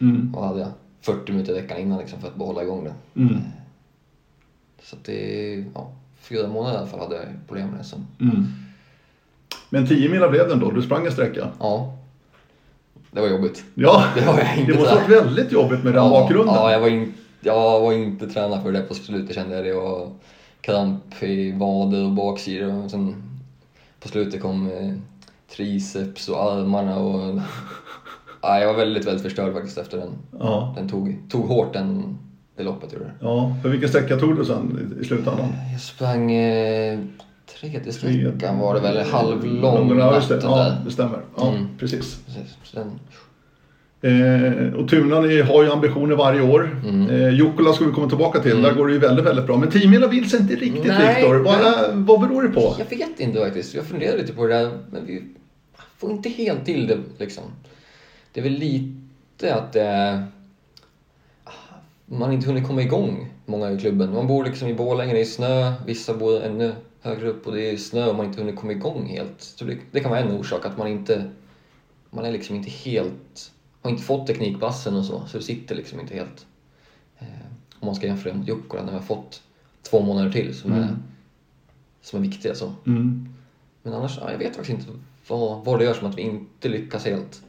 Speaker 2: Mm.
Speaker 1: vad hade jag, 40 minuter i veckan innan liksom för att behålla igång det.
Speaker 2: Mm.
Speaker 1: Så att det, ja, fyra månader i alla fall hade jag problem med det som
Speaker 2: Mm. Men 10 mil blev det ändå, du sprang en sträcka.
Speaker 1: Ja. Det var jobbigt.
Speaker 2: Ja,
Speaker 1: Det var jag inte
Speaker 2: det måste
Speaker 1: så
Speaker 2: ha
Speaker 1: här.
Speaker 2: varit väldigt jobbigt med den bakgrunden.
Speaker 1: Ja, jag var, in, jag var inte tränad för det på slutet kände jag. Det var kramp i vader och baksidor. Och sen på slutet kom eh, triceps och armarna. Och, ja, jag var väldigt, väldigt förstörd faktiskt efter den.
Speaker 2: ja.
Speaker 1: Den tog, tog hårt den, det loppet gjorde det.
Speaker 2: Ja, för vilken sträcka tog du sen i- i slutändan?
Speaker 1: Jag sprang eh, tredje
Speaker 2: Tre-
Speaker 1: sträckan var det väl, halvlång
Speaker 2: Ja, just det.
Speaker 1: natten
Speaker 2: Ja,
Speaker 1: där.
Speaker 2: det stämmer. Ja,
Speaker 1: Mm.
Speaker 2: precis.
Speaker 1: Precis, så den,
Speaker 2: Eh, och Tunan är- har ju ambitioner varje år.
Speaker 1: Mm.
Speaker 2: Eh, Jukkola ska vi komma tillbaka till, där går det ju väldigt, väldigt bra. Men 10 mil vill sig inte riktigt
Speaker 1: Nej,
Speaker 2: Viktor. Vad- Vad beror det på?
Speaker 1: Jag vet inte faktiskt. Jag funderar lite på det där, men vi får inte helt till det liksom. Det är väl lite att eh, man inte hunnit komma igång, många i klubben. Man bor liksom i Borlänge, det är snö. Vissa bor ännu högre upp och det är snö och man inte hunnit komma igång helt. Så det, det kan vara en orsak, att man inte... Man är liksom inte helt... Har inte fått teknikpassen och så, så det sitter liksom inte helt. Eh, om man ska jämföra med Jukkola, när vi har fått två månader till som är som är viktiga. Så.
Speaker 2: Mm.
Speaker 1: Men annars, ja, jag vet faktiskt inte vad, vad det gör som att vi inte lyckas helt.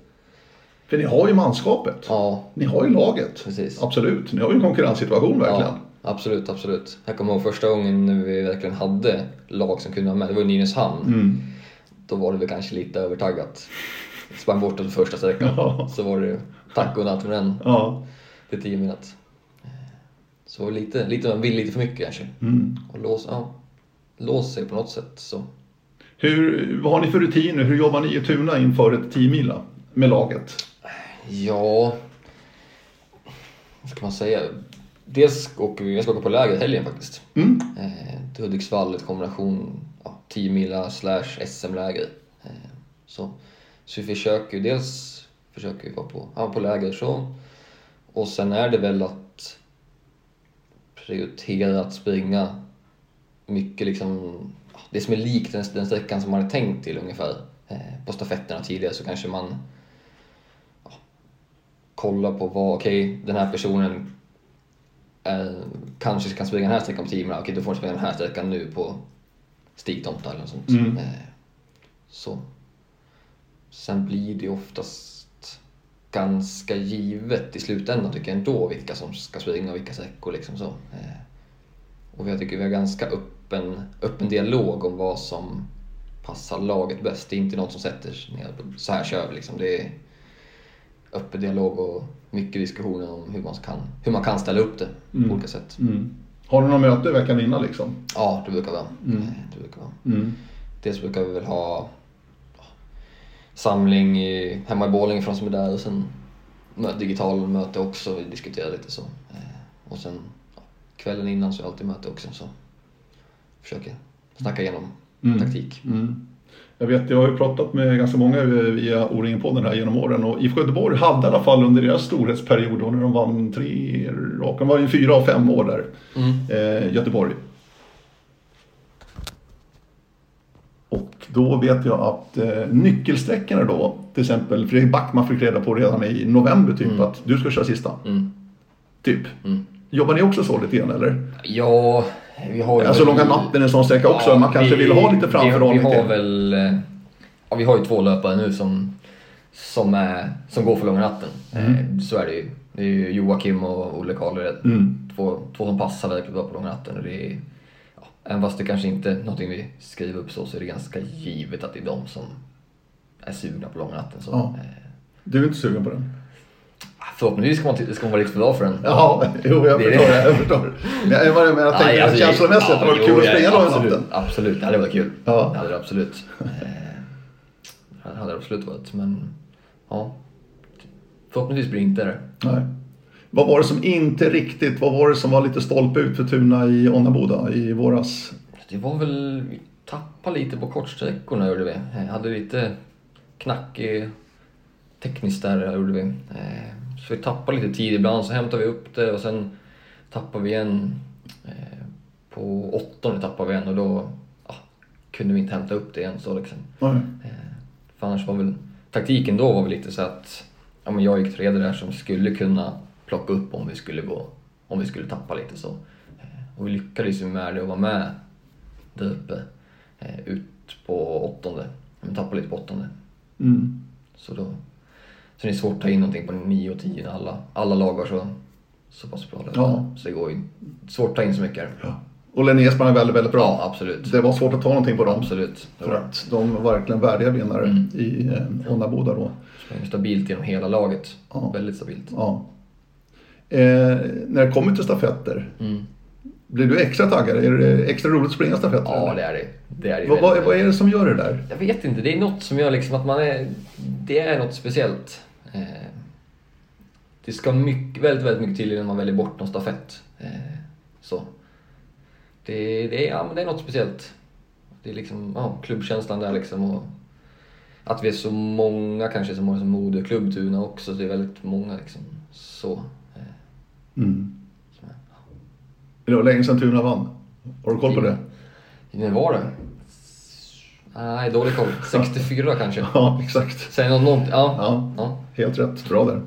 Speaker 2: För ni har ju manskapet.
Speaker 1: Ja,
Speaker 2: Ni har ju laget.
Speaker 1: Precis.
Speaker 2: Absolut. Ni har ju en konkurrenssituation verkligen.
Speaker 1: ja absolut, absolut. Jag kommer ihåg första gången när vi verkligen hade lag som kunde vara med, det var i Nynäshamn.
Speaker 2: Mm.
Speaker 1: Då var det väl kanske lite övertaggat. Sprang bort den första sträckan.
Speaker 2: Ja.
Speaker 1: Så var det tack och natt med den
Speaker 2: Ja.
Speaker 1: till tio minuter. Så lite, lite, man vill lite för mycket kanske.
Speaker 2: Mm.
Speaker 1: Och lås, ja, lås sig på något sätt. Så.
Speaker 2: Hur, vad har ni för rutiner? Hur jobbar ni i Tuna inför ett 10 mila med laget?
Speaker 1: Ja, vad ska man säga? Dels åker vi, jag ska åka på läger i helgen faktiskt.
Speaker 2: Mm.
Speaker 1: Eh, till Hudiksvall, ett kombination ja, 10 mila slash SM-läger. Eh, så. så vi försöker ju dels försöker vi vara på, ja, på läger så. Och sen är det väl att prioritera att springa mycket liksom ja, det som är likt den, den sträckan som man hade tänkt till ungefär. Eh, på stafetterna tidigare så kanske man ja, kollar på vad, okej den här personen eh, kanske kan springa den här sträckan på 10 minuter. Okej, då får du springa den här sträckan nu på Stigtomta eller något sånt.
Speaker 2: Mm.
Speaker 1: Eh, så. Sen blir det ju oftast ganska givet i slutändan tycker jag ändå vilka som ska springa och vilka sträckor liksom så. Eh, och jag tycker vi har ganska öppen, öppen dialog om vad som passar laget bäst. Det är inte någon som sätter sig ner och så här kör vi liksom. Det är öppen dialog och mycket diskussioner om hur man kan, hur man kan ställa upp det på olika sätt.
Speaker 2: Mm. Har ni något möte veckan innan liksom?
Speaker 1: Ja, det brukar vi ha. Eh, Det brukar vi ha.
Speaker 2: Mm.
Speaker 1: Dels brukar vi väl ha ja, samling i, hemma i Borlänge för de som är där och sen mö- digital möte också. Vi diskuterar lite så. Eh, Och sen ja, kvällen innan så är det alltid möte också så försöker snacka igenom
Speaker 2: Mm.
Speaker 1: taktik.
Speaker 2: Mm. Jag vet, jag har ju pratat med ganska många via O-ringen-podden här genom åren och IFK Göteborg hade i alla fall under deras storhetsperiod då när de vann tre raka, de var ju fyra av fem år där,
Speaker 1: Mm.
Speaker 2: eh, Göteborg. Och då vet jag att eh, nyckelsträckorna då, till exempel Fredrik Backman fick reda på redan i november typ
Speaker 1: Mm.
Speaker 2: att du ska köra sista,
Speaker 1: Mm.
Speaker 2: typ.
Speaker 1: Mm.
Speaker 2: Jobbar ni också så lite grann eller?
Speaker 1: Ja, vi har ju...
Speaker 2: Alltså långa natten är en sån sträcka också, man kanske
Speaker 1: vi-
Speaker 2: vill ha lite framförhållning.
Speaker 1: Vi, vi har
Speaker 2: till.
Speaker 1: väl... eh, Ja, vi har ju två löpare nu som, som, är, som går för långa natten. Eh, Så är det ju. Det är ju Joakim och Olle Karlered.
Speaker 2: Mm.
Speaker 1: Två, två som passar verkligen bra på långa natten. Och det är, ja, även fast det kanske inte är någonting vi skriver upp så, så är det ganska givet att det är de som är sugna på långa natten. Så,
Speaker 2: Ja.
Speaker 1: eh,
Speaker 2: Du är inte sugen på den?
Speaker 1: förhoppningsvis ska man, t- ska man vara riktigt bra för den.
Speaker 2: Jaha, jo jag
Speaker 1: Det är
Speaker 2: förstår.
Speaker 1: det.
Speaker 2: Det. Jag förstår. Nej, Jag, bara, men jag tänkte
Speaker 1: Nej, alltså,
Speaker 2: känslomässigt, att det var
Speaker 1: jo,
Speaker 2: kul att
Speaker 1: ja,
Speaker 2: springa den
Speaker 1: absolut,
Speaker 2: natten.
Speaker 1: Absolut, det hade varit kul.
Speaker 2: Ja.
Speaker 1: Det hade det absolut. Eh, Det hade det absolut varit, men ja. Förhoppningsvis blir det inte det.
Speaker 2: Nej. Vad var det som inte riktigt, vad var det som var lite stolpe ut för Tuna i Onnaboda i våras?
Speaker 1: Det var väl, vi tappade lite på kortsträckorna gjorde vi. Eh, hade lite knack i tekniskt där gjorde vi. Eh, Så vi tappade lite tid ibland, så hämtade vi upp det och sen tappade vi igen. eh, På åttonde tappade vi en och då ja, kunde vi inte hämta upp det igen. Så liksom.
Speaker 2: Nej.
Speaker 1: För annars var väl taktiken då var väl lite så att ja, men jag gick tredje där som skulle kunna plocka upp om vi skulle gå, om vi skulle tappa lite så. Eh, Och vi lyckades ju med det och var med där uppe eh, ut på åttonde. Men tappade lite på åttonde.
Speaker 2: Mm.
Speaker 1: Så då så det är svårt att ta in någonting på nio och tio när alla, alla lag har så, så pass bra löpare.
Speaker 2: Ja.
Speaker 1: Så det går ju svårt att ta in så mycket.
Speaker 2: Ja. Och Linné sprang väldigt, väldigt bra.
Speaker 1: Ja, absolut.
Speaker 2: Det var svårt att ta någonting på dem.
Speaker 1: Absolut. Det
Speaker 2: För
Speaker 1: var
Speaker 2: att de var verkligen värdiga vinnare
Speaker 1: Mm.
Speaker 2: i eh, Onnaboda då.
Speaker 1: stabilt genom hela laget.
Speaker 2: Ja.
Speaker 1: Väldigt stabilt.
Speaker 2: Ja. Eh, när det kommer till stafetter,
Speaker 1: Mm.
Speaker 2: blir du extra taggad? Är det extra roligt att springa stafetter?
Speaker 1: Ja, det
Speaker 2: eller?
Speaker 1: är det. det, är det ju
Speaker 2: Vad, vad,
Speaker 1: väldigt-
Speaker 2: vad är det som gör det där?
Speaker 1: Jag vet inte, det är något som gör liksom att man är... Det är något speciellt. Eh, det ska mycket, väldigt, väldigt mycket till innan man väljer bort någon stafett. Eh, så. Det, det, är, ja, men det är något speciellt. Det är liksom, ja, klubbkänslan där liksom. Och att vi är så många kanske som har som moderklubb Tuna också, så det är väldigt många liksom. Så. Eh,
Speaker 2: Mm.
Speaker 1: som är.
Speaker 2: Det var länge sedan Tuna vann. Har du koll på
Speaker 1: Mm.
Speaker 2: det?
Speaker 1: När var det? Nej, dålig koll. 64 kanske.
Speaker 2: Ja, exakt.
Speaker 1: Säger någon någonting? Ja.
Speaker 2: Ja,
Speaker 1: ja.
Speaker 2: helt rätt. Bra där.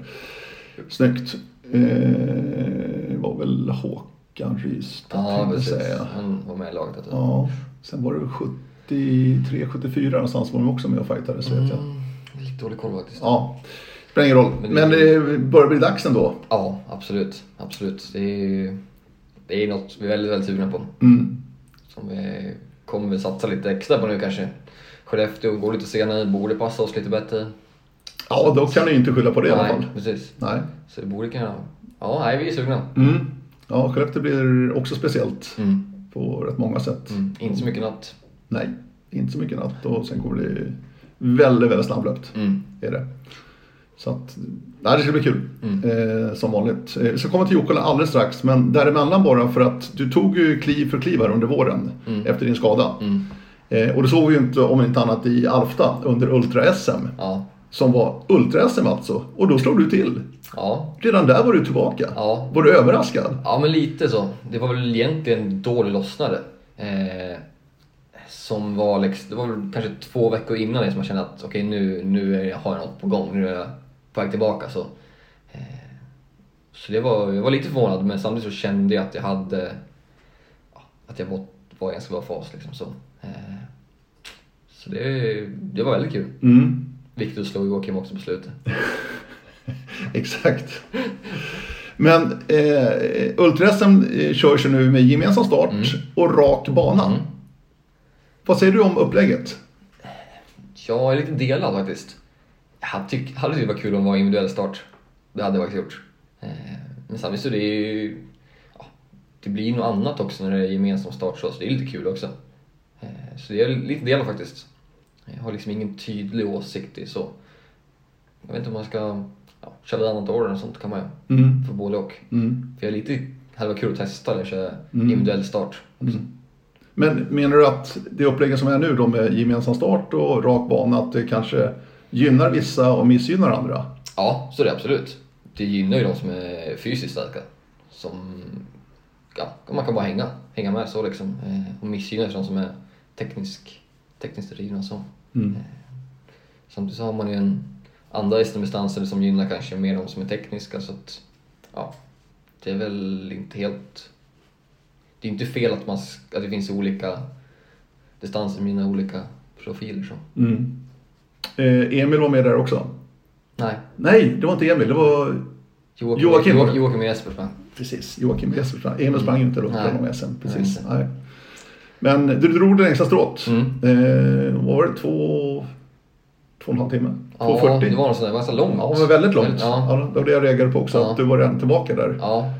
Speaker 2: Snyggt. Eh, var väl Håkan Rystad
Speaker 1: Ja,
Speaker 2: tänkte jag
Speaker 1: precis.
Speaker 2: säga.
Speaker 1: Han var med i laget. Vet du.
Speaker 2: Ja, sen var det 73, 74 någonstans var de också med och fightades vet jag.
Speaker 1: Mm, lite dålig koll faktiskt. Ja,
Speaker 2: Ja, spelar ingen roll.
Speaker 1: Men-
Speaker 2: Men det börjar bli dags ändå.
Speaker 1: absolut. absolut. Det är, ju- det är något vi är väldigt, väldigt sugna på.
Speaker 2: Mm.
Speaker 1: Som vi kommer väl satsa lite extra på nu kanske. Skellefteå går lite senare, borde passa oss lite bättre.
Speaker 2: Ja, då kan ni ju inte skylla på det i alla fall.
Speaker 1: Nej, precis.
Speaker 2: Nej.
Speaker 1: Så det borde kunna... Ja, nej, vi är sugna.
Speaker 2: Mm. Ja, Skellefteå blir också speciellt
Speaker 1: Mm.
Speaker 2: på rätt många sätt.
Speaker 1: Mm. Inte så mycket natt.
Speaker 2: Nej, inte så mycket natt och sen kommer det bli väldigt, väldigt snabblöpt.
Speaker 1: Mm.
Speaker 2: Är det. Så att, nej, det ska bli kul.
Speaker 1: Mm.
Speaker 2: Eh, som vanligt. Eh, så kommer till Jokkola alldeles strax, men däremellan bara för att du tog ju kliv för kliv här under våren efter din skada.
Speaker 1: Mm.
Speaker 2: Eh, och det såg vi ju inte, om inte annat, i Alfta under Ultra-SM.
Speaker 1: Ja.
Speaker 2: Som var Ultra-SM alltså. Och då slog du till.
Speaker 1: Ja.
Speaker 2: Redan där var du tillbaka.
Speaker 1: Ja.
Speaker 2: Var du överraskad?
Speaker 1: Ja, men lite så. Det var väl egentligen då det lossnade. Eh, som var liksom, det var väl kanske två veckor innan det som jag kände att okej, nu, nu är jag, har jag något på gång. Nu är jag på väg tillbaka. Så, eh, så det var, jag var lite förvånad, men samtidigt så kände jag att jag hade ja, att jag var, var i en ganska bra fas. Liksom, så eh, så det, det var väldigt kul.
Speaker 2: Mm.
Speaker 1: Viktor slog Joakim också på slutet.
Speaker 2: Exakt. Men eh, Ultra-SM eh, körs ju nu med gemensam start och rak bana. Vad säger du om upplägget?
Speaker 1: Jag är lite delad faktiskt. Jag hade tyckt hade tyckt det var kul om det var individuell start. Det hade jag faktiskt gjort. Eh, Men samtidigt så det är ju... Ja, det blir ju något annat också när det är gemensam start så, så det är lite kul också. Eh, Så det är lite delad faktiskt. Jag har liksom ingen tydlig åsikt i så. Jag vet inte om man ska ja, köra varannat år eller något sånt kan man ju. För både och.
Speaker 2: Mm.
Speaker 1: För jag är lite det hade varit kul att testa det, köra individuell start. också.
Speaker 2: Men menar du att det upplägget som är nu då med gemensam start och rak bana att det kanske gynnar vissa och missgynnar andra?
Speaker 1: Ja, så är det absolut. Det gynnar ju de som är fysiskt starka. Som, ja, man kan bara hänga, hänga med så liksom. Eh, Och missgynnar ju de som är teknisk, tekniskt drivna så. Eh,
Speaker 2: Mm.
Speaker 1: Samtidigt så har man ju en andra distanser som gynnar kanske mer de som är tekniska så att, ja, det är väl inte helt... Det är inte fel att, man, sk- att det finns olika distanser med mina olika profiler så.
Speaker 2: Mm. Eh, Emil var med där också.
Speaker 1: Nej,
Speaker 2: Nej, det var inte Emil, det var
Speaker 1: Joakim,
Speaker 2: Joakim var det.
Speaker 1: Joakim, Joakim och Jesper sprang.
Speaker 2: precis, Joakim Jespersson. Emil sprang ju inte då på
Speaker 1: Mm. Nej.
Speaker 2: någon SM. Precis.
Speaker 1: Nej,
Speaker 2: Nej. Men du drog det längsta strået.
Speaker 1: Mm.
Speaker 2: Eh, vad var det? Två, två och en halv timme? 2.40?
Speaker 1: Ja, det var något sånt där, det var ganska långt.
Speaker 2: Ja, men väldigt långt. Ja.
Speaker 1: Ja.
Speaker 2: det var det jag reagerade på också,
Speaker 1: Ja.
Speaker 2: att du var redan tillbaka där.
Speaker 1: Ja,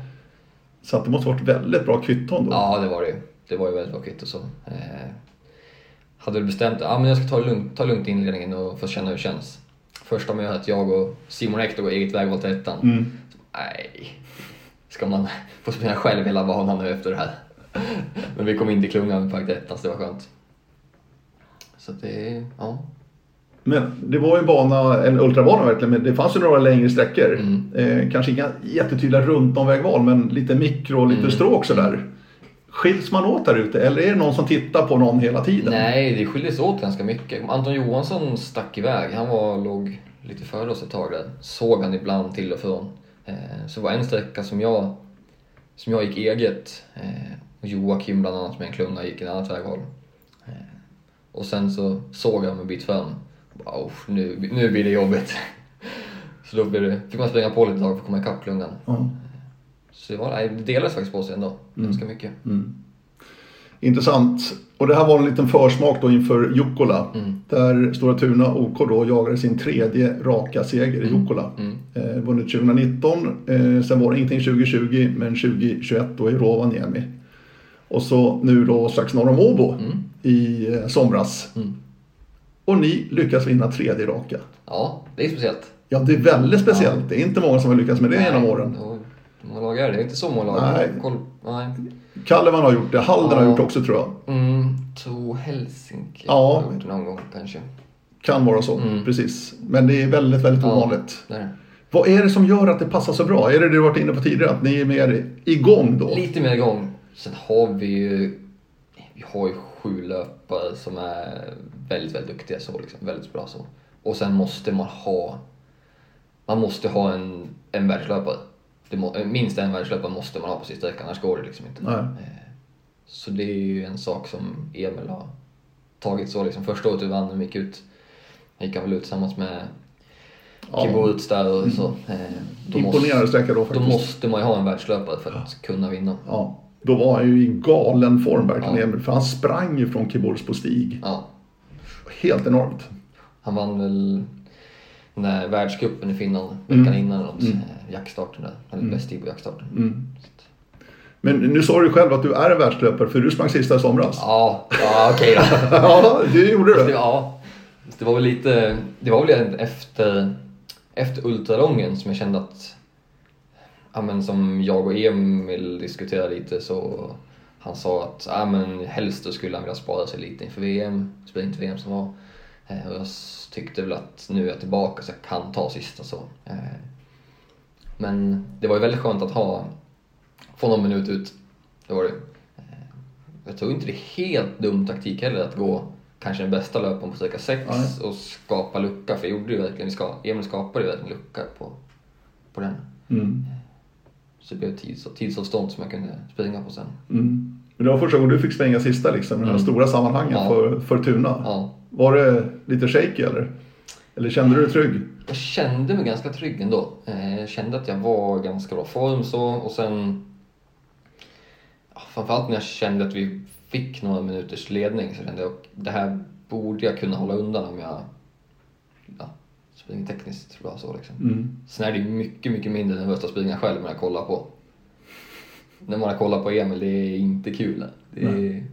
Speaker 2: Så att det måste ha varit väldigt bra kvitton då.
Speaker 1: ja, det var det ju. Det var ju väldigt bra kvitto så. Eh, hade väl bestämt att ah, men jag ska ta det lugnt, ta det lugnt i inledningen och få känna hur det känns. Första mötet, jag och Simon Hector går eget vägval till ettan.
Speaker 2: Mm.
Speaker 1: Nej, ska man få spela själv hela banan nu efter det här? Men vi kom in till klungan på väg till ettan så det var skönt. Så det, ja.
Speaker 2: Men det var ju en bana, en ultrabana verkligen, men det fanns ju några längre sträckor.
Speaker 1: Mm.
Speaker 2: Eh, kanske inga jättetydliga rundomvägval, men lite mikro och lite
Speaker 1: Mm.
Speaker 2: stråk sådär. Skiljs man åt där ute eller är det någon som tittar på någon hela tiden?
Speaker 1: Nej, det skiljer sig åt ganska mycket. Anton Johansson stack iväg. Han var, låg lite före oss ett tag där. Såg han ibland till och från. Eh, så det var en sträcka som jag, som jag gick eget. Eh, och Joakim bland annat med en klunga gick en annat väghåll. Eh, och sen så såg jag mig en bit fram. Bara, "Uff, nu, nu blir det jobbigt. så då blev det, fick man springa på lite tag för att komma ikapp klungan.
Speaker 2: Ja.
Speaker 1: Så det, var, nej, det delades faktiskt på sig ändå. Ganska mycket.
Speaker 2: Intressant. Och det här var en liten försmak då inför Jukkola.
Speaker 1: Mm.
Speaker 2: Där Stora Tuna OK då jagade sin tredje raka seger
Speaker 1: Mm.
Speaker 2: i Jukkola. Eh, vunnit 2019, eh, sen var det ingenting 2020 men 2021 då i Rovaniemi. Och så nu då strax norr om Åbo i eh, somras.
Speaker 1: Mm.
Speaker 2: Och ni lyckas vinna tredje raka.
Speaker 1: Ja, det är speciellt.
Speaker 2: Ja, det är väldigt speciellt. Det är inte många som har lyckats med det genom åren.
Speaker 1: och Många lag är det. Det är inte så många lag.
Speaker 2: Nej.
Speaker 1: Koll, nej.
Speaker 2: Kallevan har gjort det, Halden har
Speaker 1: Ja.
Speaker 2: gjort det också tror jag.
Speaker 1: Mm, to Helsinki
Speaker 2: Ja.
Speaker 1: har gjort det någon gång kanske.
Speaker 2: Kan vara så,
Speaker 1: Mm.
Speaker 2: precis. Men det är väldigt, väldigt
Speaker 1: Ja.
Speaker 2: ovanligt.
Speaker 1: Där. är det.
Speaker 2: Vad är det som gör att det passar så bra? Är det det du varit inne på tidigare, att ni är mer igång då?
Speaker 1: Lite mer igång. Sen har vi ju, vi har ju sju löpare som är väldigt, väldigt duktiga så liksom. Väldigt bra så. Och sen måste man ha, man måste ha en, en världslöpare. Det må, minst en världslöpare måste man ha på sista veckan, annars går det liksom inte.
Speaker 2: Nej.
Speaker 1: Så det är ju en sak som Emil har tagit så liksom. Första året vi vann, när vi gick ut, gick han väl ut tillsammans med
Speaker 2: Ja.
Speaker 1: Kibbo ut där och så. Eh, Då
Speaker 2: Imponerande
Speaker 1: måste,
Speaker 2: sträcka då
Speaker 1: då
Speaker 2: faktiskt.
Speaker 1: måste man ju ha en världslöpare för att kunna vinna.
Speaker 2: Ja. Då var han ju i galen form verkligen,
Speaker 1: Ja.
Speaker 2: Emil, för han sprang ju från Kiborgs på Stig.
Speaker 1: Ja.
Speaker 2: Helt enormt.
Speaker 1: Han vann väl den där världscupen i Finland veckan
Speaker 2: Mm.
Speaker 1: innan eller något. eh, Jaktstarten där. Eller bäst tid på jaktstarten.
Speaker 2: Mm. Men nu sa du själv att du är en världslöpare, för du sprang sista i somras.
Speaker 1: Ja, ja okej då.
Speaker 2: Ja, det gjorde
Speaker 1: Fast det,
Speaker 2: du.
Speaker 1: ja, Fast det var väl lite, det var väl egentligen efter, efter ultralången som jag kände att, ja men som jag och Emil diskuterade lite så han sa att ja, men helst då skulle han vilja spara sig lite inför VM, sprint VM som var. Eh, Och jag s- tyckte väl att nu är jag tillbaka så jag kan ta sista så. Eh, Men det var ju väldigt skönt att ha, få någon minut ut. Det var det. Eh, Jag tror inte det är helt dum taktik heller att gå kanske den bästa löparen på sträcka 6
Speaker 2: Nej.
Speaker 1: och skapa lucka. För jag gjorde ju verkligen, vi ska- Emil skapade ju verkligen lucka på, på den.
Speaker 2: Mm.
Speaker 1: Så det blev tids, tidsavstånd som jag kunde springa på sen.
Speaker 2: Mm. Men det var första gången du fick springa sista liksom, i det här stora sammanhanget
Speaker 1: Mm. Ja.
Speaker 2: för, för Tuna.
Speaker 1: Ja.
Speaker 2: Var det lite shaky eller? Eller kände du dig trygg?
Speaker 1: Jag kände mig ganska trygg ändå. Eh, Jag kände att jag var i ganska bra form så och sen ja, framförallt när jag kände att vi fick några minuters ledning så kände jag att det här borde jag kunna hålla undan om jag ja, springer tekniskt bra så liksom.
Speaker 2: Mm.
Speaker 1: Sen är det ju mycket, mycket mindre nervöst att springa själv när jag kollar på. När man kollar på Emil, det är inte kul. Det är,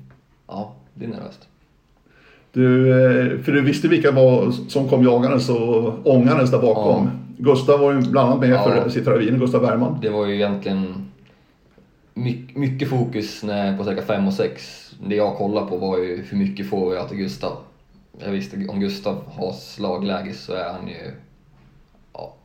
Speaker 1: ja, det är nervöst.
Speaker 2: Du, eh, för du visste vilka var som kom jagandes och ångandes där bakom. Gustav var ju bland annat med
Speaker 1: Ja.
Speaker 2: för sitt revir, Gustav Bergman.
Speaker 1: Det var ju egentligen My, mycket fokus när, på cirka 5 och 6. Det jag kollade på var ju hur mycket får jag till Gustav. Jag visste om Gustav har slagläge så är han ju... Ja,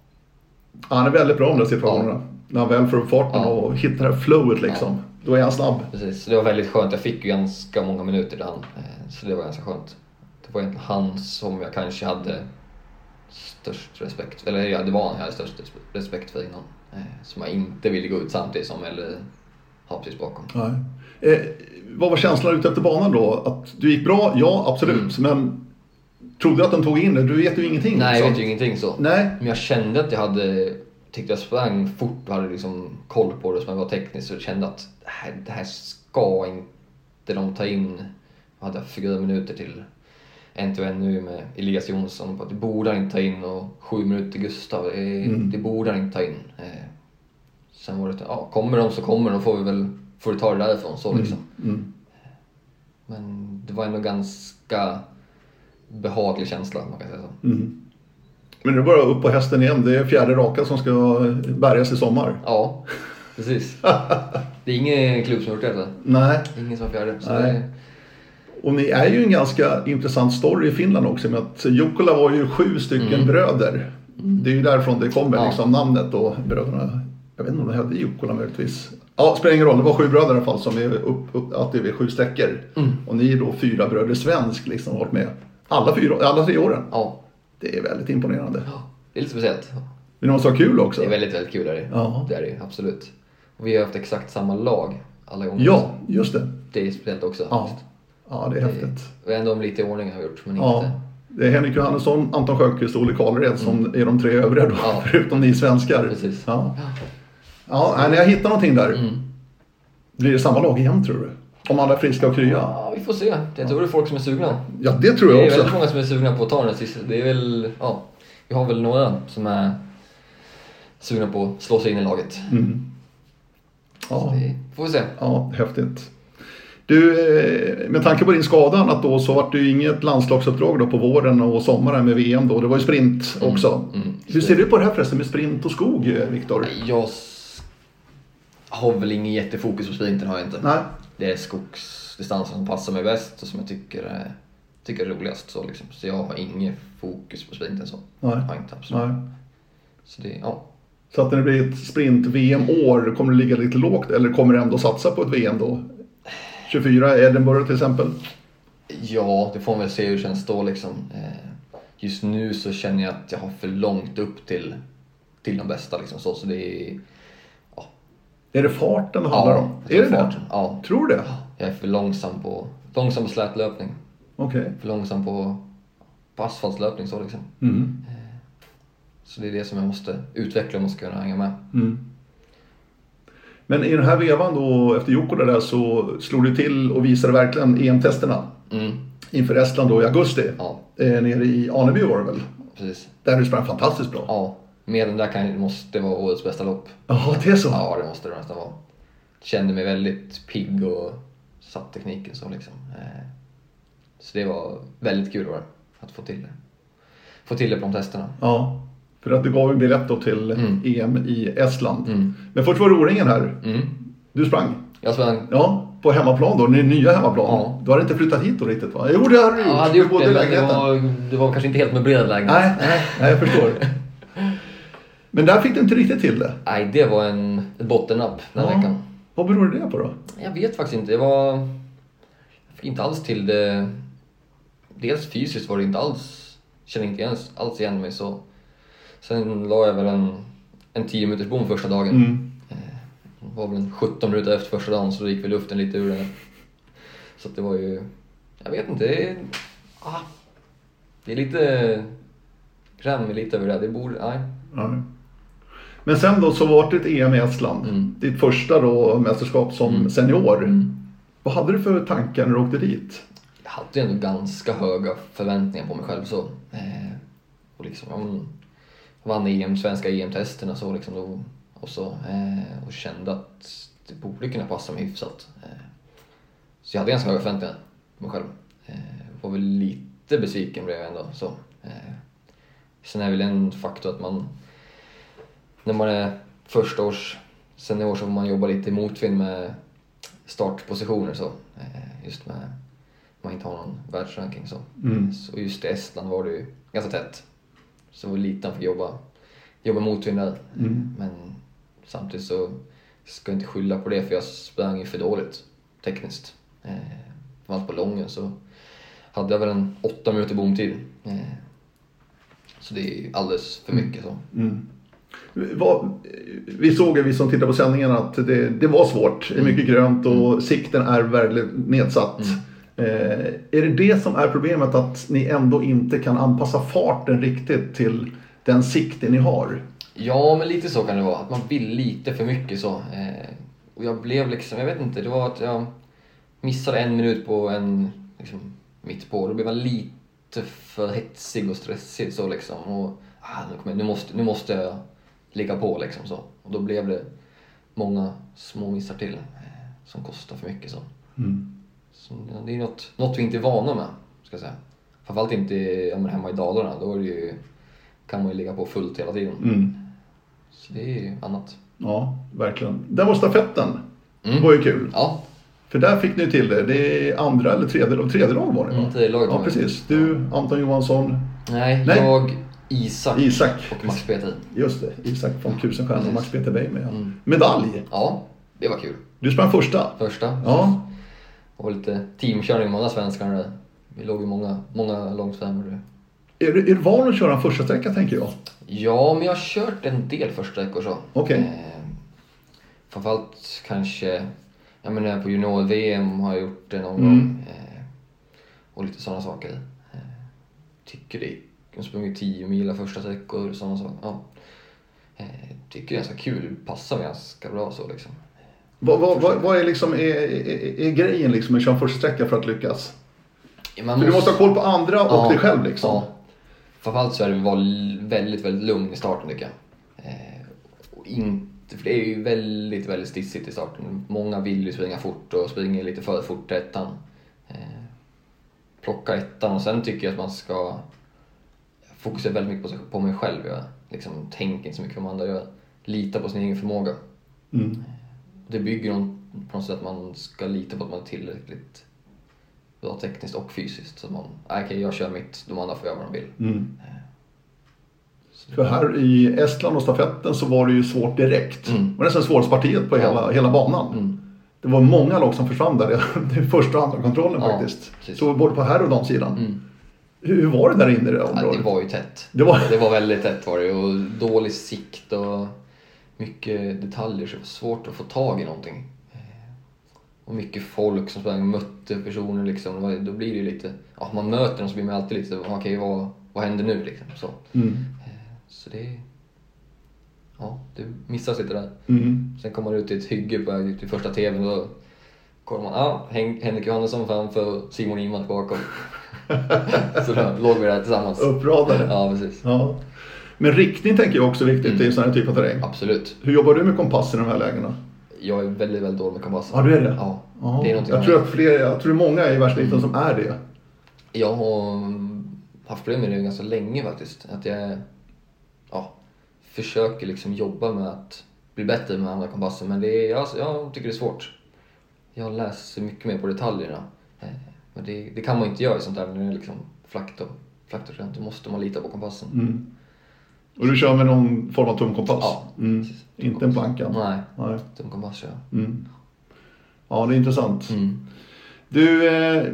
Speaker 2: Ja, han är väldigt bra i de där situationerna. När han väl får upp farten
Speaker 1: Ja.
Speaker 2: och hittar det här flowet liksom. Då är han snabb.
Speaker 1: precis. Så det var väldigt skönt. Jag fick ju ganska många minuter där han. eh, Så det var ganska skönt. Det var egentligen han som jag kanske hade störst respekt Eller ja, det var han jag hade störst res- respekt för innan. eh, Som jag inte ville gå ut samtidigt som eller ha precis bakom.
Speaker 2: Nej. Eh, vad var känslan ute efter banan då? Att du gick bra? Ja, absolut. Men trodde du att den tog in det? Du vet ju ingenting.
Speaker 1: Mm. Nej,
Speaker 2: så
Speaker 1: jag vet
Speaker 2: att-
Speaker 1: ju ingenting så.
Speaker 2: Nej,
Speaker 1: Men jag kände att jag hade, tyckte jag sprang fort och hade liksom koll på det som jag var tekniskt så jag kände att det här, det här ska inte de ta in. Jag hade fyra minuter till en till en nu med Elias Jonsson. På att det borde han inte ta in och sju minuter till Gustav. Det, det borde han inte ta in. Eh, sen var det att, ja, kommer de så kommer de. Då får vi väl får vi ta det därifrån så liksom. Men det var ändå ganska behaglig känsla om man kan säga så.
Speaker 2: men nu bara upp på hästen igen. Det är fjärde raka som ska bärgas i sommar.
Speaker 1: Ja, precis. Det är ingen klubb som har gjort det. Alltså.
Speaker 2: Nej,
Speaker 1: Ingen som har fjärde. Så
Speaker 2: Nej.
Speaker 1: det,
Speaker 2: och ni är ju en ganska intressant story i Finland också. Med att Jukkola var ju sju stycken bröder. Det är ju därifrån det kommer,
Speaker 1: Mm. Ja.
Speaker 2: liksom namnet och bröderna. Jag vet inte om de hette Jukkola möjligtvis. Ja, spelar ingen roll. Det var sju bröder i alla fall som är upp, upp, att det är sju sträckor.
Speaker 1: Mm.
Speaker 2: Och ni är då fyra bröder svensk liksom har varit med alla, fyra, alla tre åren.
Speaker 1: ja,
Speaker 2: Det är väldigt imponerande.
Speaker 1: det är lite speciellt.
Speaker 2: Men det måste vara kul också.
Speaker 1: Det är väldigt, väldigt kul. Är det.
Speaker 2: Ja.
Speaker 1: det är det ju, absolut. Och vi har haft exakt samma lag alla gånger.
Speaker 2: Ja, just det.
Speaker 1: Det är speciellt också.
Speaker 2: Ja, ja det är häftigt.
Speaker 1: Och ändå om lite i ordning har vi gjort, men
Speaker 2: Ja,
Speaker 1: inte.
Speaker 2: det är Henrik Johannesson, Anton Sjöqvist och Olle Karlred som är de tre övriga då,
Speaker 1: Mm. Ja.
Speaker 2: förutom ni svenskar.
Speaker 1: Precis. Mm.
Speaker 2: Ja, ja nej, när jag hittar någonting där. Blir det samma lag igen tror du? Om alla är friska och krya?
Speaker 1: Ja, vi får se. Jag tror det är folk som är sugna.
Speaker 2: Ja, det tror
Speaker 1: Det
Speaker 2: jag
Speaker 1: är
Speaker 2: också.
Speaker 1: väldigt många som är sugna på att ta den här sista. Det är väl, ja, vi har väl några som är sugna på att slå sig in i laget.
Speaker 2: Ja,
Speaker 1: Det får vi se.
Speaker 2: ja, häftigt. Du, eh, med tanke på din skada och annat då så vart det ju inget landslagsuppdrag då på våren och sommaren med VM då. Det var ju sprint också.
Speaker 1: mm.
Speaker 2: Hur ser du på det här förresten med sprint och skog, eh, Viktor?
Speaker 1: Jag s- har väl ingen jättefokus på sprinten har jag inte.
Speaker 2: Nej.
Speaker 1: Det är skogsdistansen som passar mig bäst och som jag tycker är, tycker är roligast. Så, liksom. så jag har ingen fokus på sprinten så.
Speaker 2: Nej.
Speaker 1: Har jag inte, absolut.
Speaker 2: Nej.
Speaker 1: Så det, ja.
Speaker 2: Så att när det blir ett sprint-VM-år, kommer det ligga lite lågt eller kommer du ändå satsa på ett VM då? 24 Edinburgh till exempel.
Speaker 1: ja, det får man väl se hur det känns då liksom. Eh, Just nu så känner jag att jag har för långt upp till, till de bästa liksom. Så, så det är...
Speaker 2: Är det farten det handlar om?
Speaker 1: jag
Speaker 2: Är
Speaker 1: tror
Speaker 2: det det?
Speaker 1: farten. Ja.
Speaker 2: Tror du det?
Speaker 1: Jag är för långsam på, långsam på slätlöpning.
Speaker 2: Okej.
Speaker 1: För långsam på, på asfaltslöpning så liksom.
Speaker 2: Mm.
Speaker 1: Så det är det som jag måste utveckla om jag ska kunna hänga med.
Speaker 2: Mm. Men i den här vevan då, efter Jokkola där, så slog du till och visade verkligen EM-testerna
Speaker 1: Mm.
Speaker 2: inför Estland då i augusti.
Speaker 1: Ja,
Speaker 2: Eh, nere i Aneby var det väl?
Speaker 1: precis.
Speaker 2: Där du sprang fantastiskt bra.
Speaker 1: Ja, med den där kan, måste vara årets bästa lopp.
Speaker 2: Jaha, det är så?
Speaker 1: Ja, det måste det nästan vara. Kände mig väldigt pigg och satt tekniken så liksom. Eh, Så det var väldigt kul var det, att få till det. Få till det på de testerna.
Speaker 2: Ja, för att du gav en biljett då till
Speaker 1: Mm.
Speaker 2: EM i Estland.
Speaker 1: Mm.
Speaker 2: Men först var det O-ringen här.
Speaker 1: Mm.
Speaker 2: Du sprang.
Speaker 1: Jag sprang...
Speaker 2: Ja, på hemmaplan då, din nya hemmaplan.
Speaker 1: Ja,
Speaker 2: Du hade inte flyttat hit då riktigt va? Jo, det hade du
Speaker 1: jag hade
Speaker 2: Du
Speaker 1: gjort
Speaker 2: bodde i
Speaker 1: det, men det
Speaker 2: lägenheten.
Speaker 1: var, det var kanske inte helt möblerad lägenhet.
Speaker 2: Nej, nej, nej, jag förstår. Men där fick du inte riktigt till det.
Speaker 1: Nej, det var en ett bottennapp den här
Speaker 2: Ja.
Speaker 1: veckan.
Speaker 2: Vad beror det på då?
Speaker 1: Jag vet faktiskt inte. Jag var... Jag fick inte alls till det... Dels fysiskt var det inte alls... Kände inte ens, alls igen mig så... Sen la jag väl en, en 10 minuters bom första dagen.
Speaker 2: Mm.
Speaker 1: Det var väl en 17 minuter efter första dagen så då gick väl luften lite ur den. Så att det var ju... Jag vet inte. Det är, ah, det är lite... Kräm mig lite över det. Det borde... Nej.
Speaker 2: Nej. Men sen då så var det ett EM i Estland.
Speaker 1: Mm.
Speaker 2: Ditt första då mästerskap som senior. Vad hade du för tankar när du åkte dit?
Speaker 1: jag hade ju ändå ganska höga förväntningar på mig själv. Så, eh, och liksom, ja, men, jag vann EM, svenska EM-testerna så liksom, då, och, så, eh, och kände att det borde kunna passa mig hyfsat. Eh, så jag hade ganska höga förväntningar på mig själv. Eh, var väl lite besviken blev jag ändå. Så, eh, sen är väl en faktor att man när man är första års Sen i år så får man jobba lite i motvind med startpositioner så. Eh, Just med man inte har någon världsranking så.
Speaker 2: Mm.
Speaker 1: så just i Estland var det ju ganska tätt. Så lite han fick jobba, jobba motvind där.
Speaker 2: Mm.
Speaker 1: Men samtidigt så ska jag inte skylla på det för jag sprang ju för dåligt tekniskt. Eh, Framförallt på lången så hade jag väl en åtta minuter bomtid. Eh, så det är ju alldeles för mycket så.
Speaker 2: Mm. Vad, vi såg ju, vi som tittade på sändningen, att det, det var svårt. Det är mycket
Speaker 1: Mm.
Speaker 2: grönt och sikten är väldigt nedsatt. Eh, är det det som är problemet, att ni ändå inte kan anpassa farten riktigt till den sikte ni har?
Speaker 1: Ja, men lite så kan det vara. Att man vill lite för mycket så. Eh, och jag blev liksom, jag vet inte, det var att jag missade en minut på en, liksom, mitt på. Då blev jag lite för hetsig och stressig så liksom. Och, ah, nu, kommer jag, nu, måste, nu måste jag ligga på liksom så. Och då blev det många små missar till eh, som kostar för mycket så. Mm. så det är något, något vi inte är vana med, ska jag säga. Framförallt inte ja, men hemma i Dalarna, då är det ju, kan man ju ligga på fullt hela tiden.
Speaker 2: Mm.
Speaker 1: Så det är ju annat.
Speaker 2: Ja, verkligen. Där var stafetten.
Speaker 1: Mm.
Speaker 2: var ju kul.
Speaker 1: Ja,
Speaker 2: För där fick ni till det. Det är andra eller tredje, och tredje lag var det va?
Speaker 1: Mm, tredje laget
Speaker 2: Ja,
Speaker 1: var det.
Speaker 2: precis. Du, Anton Johansson,
Speaker 1: nej,
Speaker 2: Nej.
Speaker 1: jag, Isak
Speaker 2: Isak.
Speaker 1: och Max Peter.
Speaker 2: Just det, Isak från Kusenstjärnan och Max Peter Bay med.
Speaker 1: Mm.
Speaker 2: Medalj!
Speaker 1: Ja, det var kul.
Speaker 2: Du sprang första.
Speaker 1: Första.
Speaker 2: Ja,
Speaker 1: Och lite teamkörning med alla svenskarna där. Vi låg ju många, många långt fram.
Speaker 2: är du, är du van att köra en första sträcka tänker jag?
Speaker 1: Ja, men jag har kört en del första veckor så.
Speaker 2: Okej.
Speaker 1: Eh, framförallt kanske, jag menar på junior-VM har jag gjort det någon
Speaker 2: Mm.
Speaker 1: gång. Eh, och lite sådana saker. Eh, tycker det, jag har sprungit 10 mila första veckor och sådana saker. Ja. Eh, tycker det är ganska kul, passar mig ganska bra så liksom.
Speaker 2: Vad, vad, vad, vad är, liksom, är, är, är grejen liksom med att köra en första sträcka för att lyckas?
Speaker 1: Man
Speaker 2: För du måste ha koll på andra och dig själv liksom.
Speaker 1: Ja. Framförallt så är det var väldigt, väldigt lugn i starten tycker jag. Eh, och inte, för det är ju väldigt, väldigt stissigt i starten. Många vill ju springa fort och springer lite för fort till ettan. Eh, plocka ettan och sen tycker jag att man ska fokusera väldigt mycket på, sig, på mig själv. Jag liksom, tänker inte så mycket på vad andra gör. Lita på sin egen förmåga.
Speaker 2: Mm.
Speaker 1: Det bygger någon, på något sätt att man ska lita på att man är tillräckligt bra tekniskt och fysiskt. Så att man, "Ah, okej jag kör mitt, de andra får göra vad de vill.
Speaker 2: Mm. För här i Estland och stafetten så var det ju svårt direkt.
Speaker 1: Mm.
Speaker 2: Det var nästan svårhetspartiet på
Speaker 1: Ja.
Speaker 2: hela, hela banan.
Speaker 1: Mm.
Speaker 2: Det var många lag som försvann där. Det är första och andra kontrollen
Speaker 1: Ja,
Speaker 2: faktiskt.
Speaker 1: precis.
Speaker 2: Så både på herr och damsidan.
Speaker 1: Mm.
Speaker 2: Hur, hur var det där inne i det
Speaker 1: Ja,
Speaker 2: området?
Speaker 1: det var ju tätt.
Speaker 2: Det var-
Speaker 1: det var väldigt tätt var det och dålig sikt och mycket detaljer så det var svårt att få tag i någonting. Eh, Och mycket folk som sprang och mötte personer liksom. Det var- Då blir det ju lite, ja man möter dem så blir man alltid lite, okej vad, vad händer nu liksom. Så,
Speaker 2: Mm.
Speaker 1: så det, ja det missas lite där.
Speaker 2: Mm.
Speaker 1: Sen kommer man ut i ett hygge på väg ut till första tvn och då kollar man, ah, Hen- Henrik Johannesson framför och Simon Inmark bakom. så då låg vi där tillsammans.
Speaker 2: Uppradade.
Speaker 1: Ja, precis.
Speaker 2: Ja. Men riktning tänker jag också är viktigt
Speaker 1: Mm.
Speaker 2: i en sån här typ av terräng.
Speaker 1: Absolut.
Speaker 2: Hur jobbar du med kompassen i de här lägena?
Speaker 1: Jag är väldigt, väldigt dålig med kompassen.
Speaker 2: Ja, du är det?
Speaker 1: Ja,
Speaker 2: Ja.
Speaker 1: det är någonting Mm.
Speaker 2: jag, tror att fler, jag tror det är många i världseliten som är det.
Speaker 1: Jag har haft problem med det ganska länge faktiskt. Att jag ja, försöker liksom jobba med att bli bättre med andra kompassen. Men det är, jag, jag tycker det är svårt. Jag läser mycket mer på detaljerna. Eh, Men det, det kan man inte göra i sånt där när det är liksom flackt och, flackt och skönt. Då måste man lita på kompassen.
Speaker 2: Och du kör med någon form av tom kompass?
Speaker 1: Mm. Ja,
Speaker 2: Mm.
Speaker 1: precis.
Speaker 2: Inte en planka?
Speaker 1: Nej,
Speaker 2: Nej.
Speaker 1: dum kompass kör jag.
Speaker 2: Mm. Ja, det är intressant.
Speaker 1: Mm.
Speaker 2: Du, eh,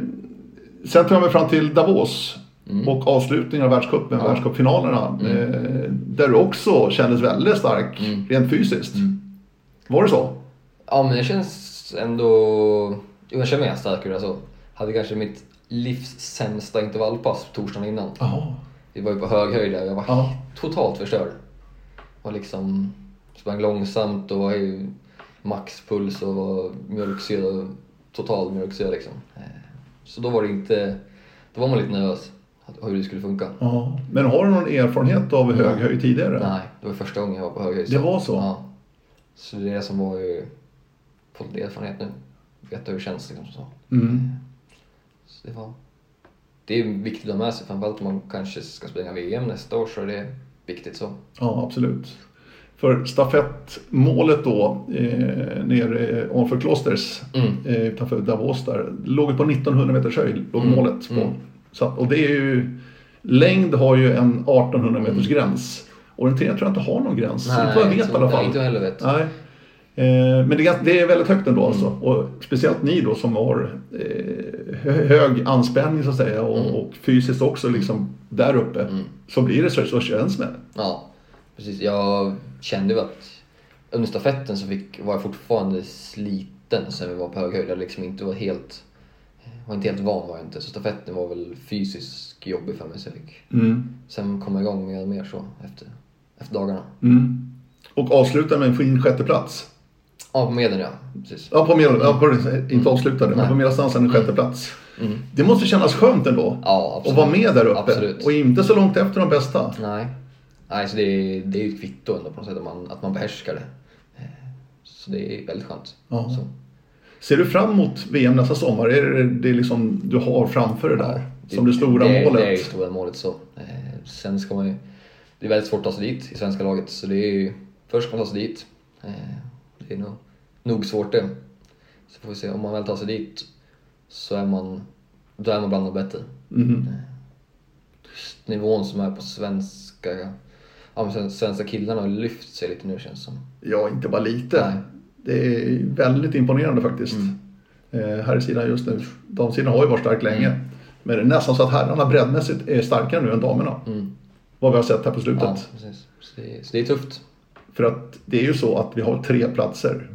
Speaker 2: sen tar jag mig fram till Davos och avslutningen av världscupen,
Speaker 1: Mm. Ja.
Speaker 2: världscupfinalerna. Eh, där du också kändes väldigt stark
Speaker 1: Mm.
Speaker 2: rent fysiskt. Var det så?
Speaker 1: Ja, men det känns ändå... Jo, jag känner mig starkare alltså. Hade kanske mitt livs sämsta intervallpass torsdagen innan.
Speaker 2: Jaha.
Speaker 1: Vi var ju på hög höjd där jag var
Speaker 2: Ja.
Speaker 1: totalt förstörd. Och liksom sprang långsamt och var ju maxpuls och var mjölksyra, total mjölksyra liksom. Eh, Så då var det inte... Då var man lite nervös att- hur det skulle funka.
Speaker 2: Ja. Men har du någon erfarenhet av hög höjd tidigare?
Speaker 1: Nej, det var första gången jag var på hög höjd.
Speaker 2: Det var så?
Speaker 1: Ja. Så det är det som var ju... Fått erfarenhet nu. Vet hur det känns liksom. Så.
Speaker 2: Mm.
Speaker 1: Så det, var... det är viktigt att ha med sig,
Speaker 2: Mm.
Speaker 1: framförallt om man kanske ska springa VM nästa år så är det viktigt så.
Speaker 2: Ja, absolut. För För stafettmålet då eh, nere ovanför Klosters
Speaker 1: Mm.
Speaker 2: eh, utanför Davos där. Låg på 1900 meters höjd, låg
Speaker 1: Mm.
Speaker 2: målet på. Så att, och det är ju, längd har ju en 1800 meters gräns. Orientering tror jag inte har någon gräns, inte vad jag vet
Speaker 1: Mm. så-
Speaker 2: i alla fall.
Speaker 1: Inte jag heller vet.
Speaker 2: Nej. Eh, Men det är, gans- det är väldigt högt ändå
Speaker 1: Mm.
Speaker 2: alltså. Och speciellt ni då som har eh, hö- hög anspänning så att säga och,
Speaker 1: Mm.
Speaker 2: och fysiskt också liksom där uppe. Så blir det så, så känns det.
Speaker 1: Ja, precis. Jag kände ju att under stafetten så fick, var jag fortfarande sliten sen vi var på hög höjd. Jag liksom inte var helt, var inte helt van var jag inte. Så stafetten var väl fysiskt jobbig för mig. Så jag fick.
Speaker 2: Mm.
Speaker 1: Sen kom jag igång mer och mer så efter, efter dagarna.
Speaker 2: Mm. Och avslutar med en fin sjätteplats.
Speaker 1: Ja, på medlen ja. Precis.
Speaker 2: Ja, på medel, ja, på, inte avslutade, men
Speaker 1: Mm. Nej.
Speaker 2: på medeldistansen en sjätte plats.
Speaker 1: Mm.
Speaker 2: Det måste kännas skönt ändå.
Speaker 1: Ja, absolut.
Speaker 2: att vara med där uppe.
Speaker 1: Absolut.
Speaker 2: Och inte så långt efter de bästa.
Speaker 1: Nej. Nej, så det, är- det är ju ett kvitto ändå på något sätt att man, att man behärskar det. Eh, Så det är väldigt skönt.
Speaker 2: Ja.
Speaker 1: Så.
Speaker 2: Ser du fram emot VM nästa sommar? Är det det liksom du har framför dig där? som det stora
Speaker 1: det,
Speaker 2: målet?
Speaker 1: Det är ju stora målet så. Eh, sen ska man ju... Det är väldigt svårt att ta sig dit i svenska laget. Så det är ju... Först ska man ta sig dit. Eh, det är nog, nog svårt det. Så får vi se. Om man väl tar sig dit så är man... Då är man bland de bättre.
Speaker 2: Mhm.
Speaker 1: Mm-hmm. Nivån som är på svenska... Ja, men sen- svenska killarna har lyft sig lite nu känns det som.
Speaker 2: Ja, inte bara lite.
Speaker 1: Nej. Mm.
Speaker 2: Det är väldigt imponerande faktiskt. Eh, här i sidan just nu. Damsidan har ju varit stark länge.
Speaker 1: Mm.
Speaker 2: Men det är nästan så att herrarna breddmässigt är starkare nu än damerna.
Speaker 1: Mm.
Speaker 2: Vad vi har sett här på slutet.
Speaker 1: Ja, precis. Så det, så det är tufft.
Speaker 2: För att det är ju så att vi har tre platser.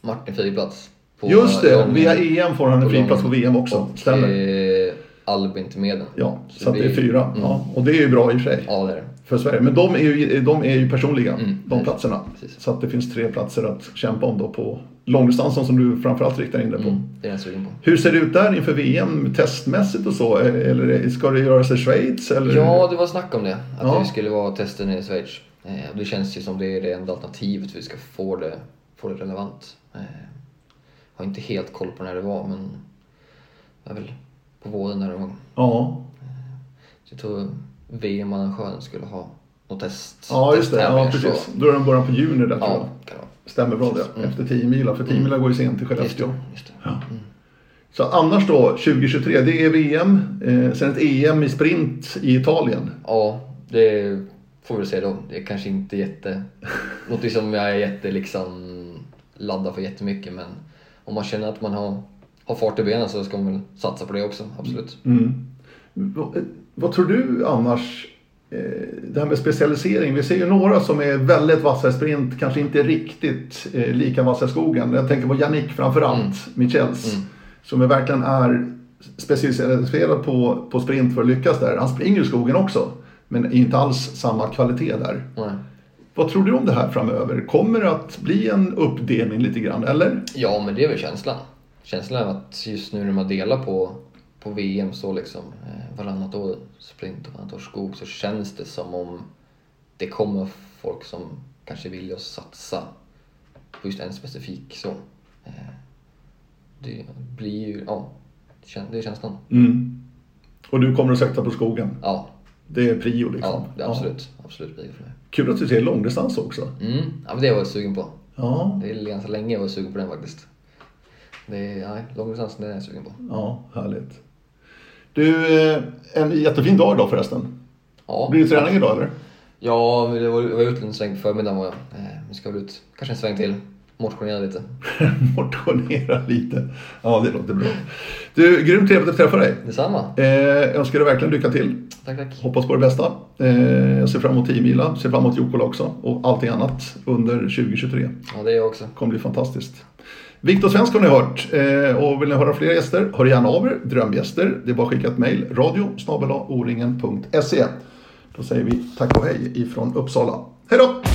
Speaker 1: Martin Fyrplats.
Speaker 2: Just det, via EM får han en friplats på VM också. Stämmer.
Speaker 1: Stämmer. Eh, Albin till Meden.
Speaker 2: Ja, så att det är fyra. Ja, och det är ju bra i och för sig
Speaker 1: Mm. Ja, det är det.
Speaker 2: för Sverige. Men de är ju, de är ju personliga,
Speaker 1: Mm,
Speaker 2: de
Speaker 1: precis.
Speaker 2: platserna.
Speaker 1: Precis.
Speaker 2: Så att det finns tre platser att kämpa om då på långdistansen som du framförallt riktar in dig på.
Speaker 1: Det är jag sugen på.
Speaker 2: Hur ser det ut där inför VM testmässigt och så? Eller ska det göras i Schweiz? Eller?
Speaker 1: Ja, det var snack om det. Att
Speaker 2: Ja.
Speaker 1: det skulle vara tester nere i Schweiz. Eh, och det känns ju som det är det enda alternativet för att vi ska få det, få det relevant. Eh, har inte helt koll på när det var, men det är väl på våren där någon gång.
Speaker 2: ja.
Speaker 1: Jag tror VM-arrangören skulle ha något test.
Speaker 2: Ja, just det. Ja,
Speaker 1: testtävlingar,
Speaker 2: precis.
Speaker 1: Så,
Speaker 2: Då är det början på juni där tror
Speaker 1: ja,
Speaker 2: jag.
Speaker 1: kan det vara.
Speaker 2: Stämmer bra det. Efter 10 milar. För 10 milar går ju sent till
Speaker 1: Just
Speaker 2: Skellefteå.
Speaker 1: det. Just det.
Speaker 2: Så annars då, 2023, det är VM. Eh, sen ett EM i sprint i Italien.
Speaker 1: Ja, det får vi se då. Det är kanske inte jätte... Något som jag är jätte liksom laddar för jättemycket men om man känner att man har, har fart i benen så ska man väl satsa på det också, absolut.
Speaker 2: Vad, eh, vad tror du annars? Eh, det här med specialisering. Vi ser ju några som är väldigt vassa i sprint, kanske inte riktigt eh, lika vassa i skogen. Jag tänker på Yannick framförallt,
Speaker 1: Mm.
Speaker 2: Michels. Som är verkligen är specialiserad på, på sprint för att lyckas där. Han springer i skogen också, men inte alls samma kvalitet där.
Speaker 1: Nej.
Speaker 2: Vad tror du om det här framöver? Kommer det att bli en uppdelning lite grann, eller?
Speaker 1: Ja, men det är väl känslan. Känslan är att just nu när man delar på, på VM så liksom eh, varannat år sprint och varannat år skog så känns det som om det kommer folk som kanske vill att satsa på just en specifik så. Eh, det blir ju, ja, det kän- det är känslan. Mm.
Speaker 2: Och du kommer att sätta på skogen.
Speaker 1: Ja,
Speaker 2: Det är prio liksom.
Speaker 1: ja, det är absolut. Absolut blir det för mig.
Speaker 2: Kul att du ser långdistans också.
Speaker 1: Mm, ja, men det har jag varit sugen på.
Speaker 2: Ja,
Speaker 1: Det är ganska länge jag var sugen på den faktiskt. Det är, nej, långdistans, det är jag sugen på.
Speaker 2: ja, härligt. Du, eh, en jättefin dag idag förresten.
Speaker 1: Ja.
Speaker 2: Blir det träning idag eller?
Speaker 1: Ja, men det var, jag var ute en sväng på förmiddagen var jag. Eh, nu ska jag väl ut kanske en sväng till. Motionera lite.
Speaker 2: Motionera lite. Ja, det låter bra. Du, grymt trevligt att träffa dig.
Speaker 1: Detsamma.
Speaker 2: Eh, önskar dig verkligen lycka till.
Speaker 1: Tack, tack.
Speaker 2: Hoppas på det bästa. Eh, jag ser fram emot 10 mila, ser fram emot Jukkola också och allting annat under 2023.
Speaker 1: Ja, det är jag också.
Speaker 2: kommer bli fantastiskt. Viktor Svensk har ni hört eh, och vill ni höra fler gäster, hör gärna av er, drömgäster. Det är bara att skicka ett mejl, radio snabel-a oringen.se. Då säger vi tack och hej ifrån Uppsala. Hej då!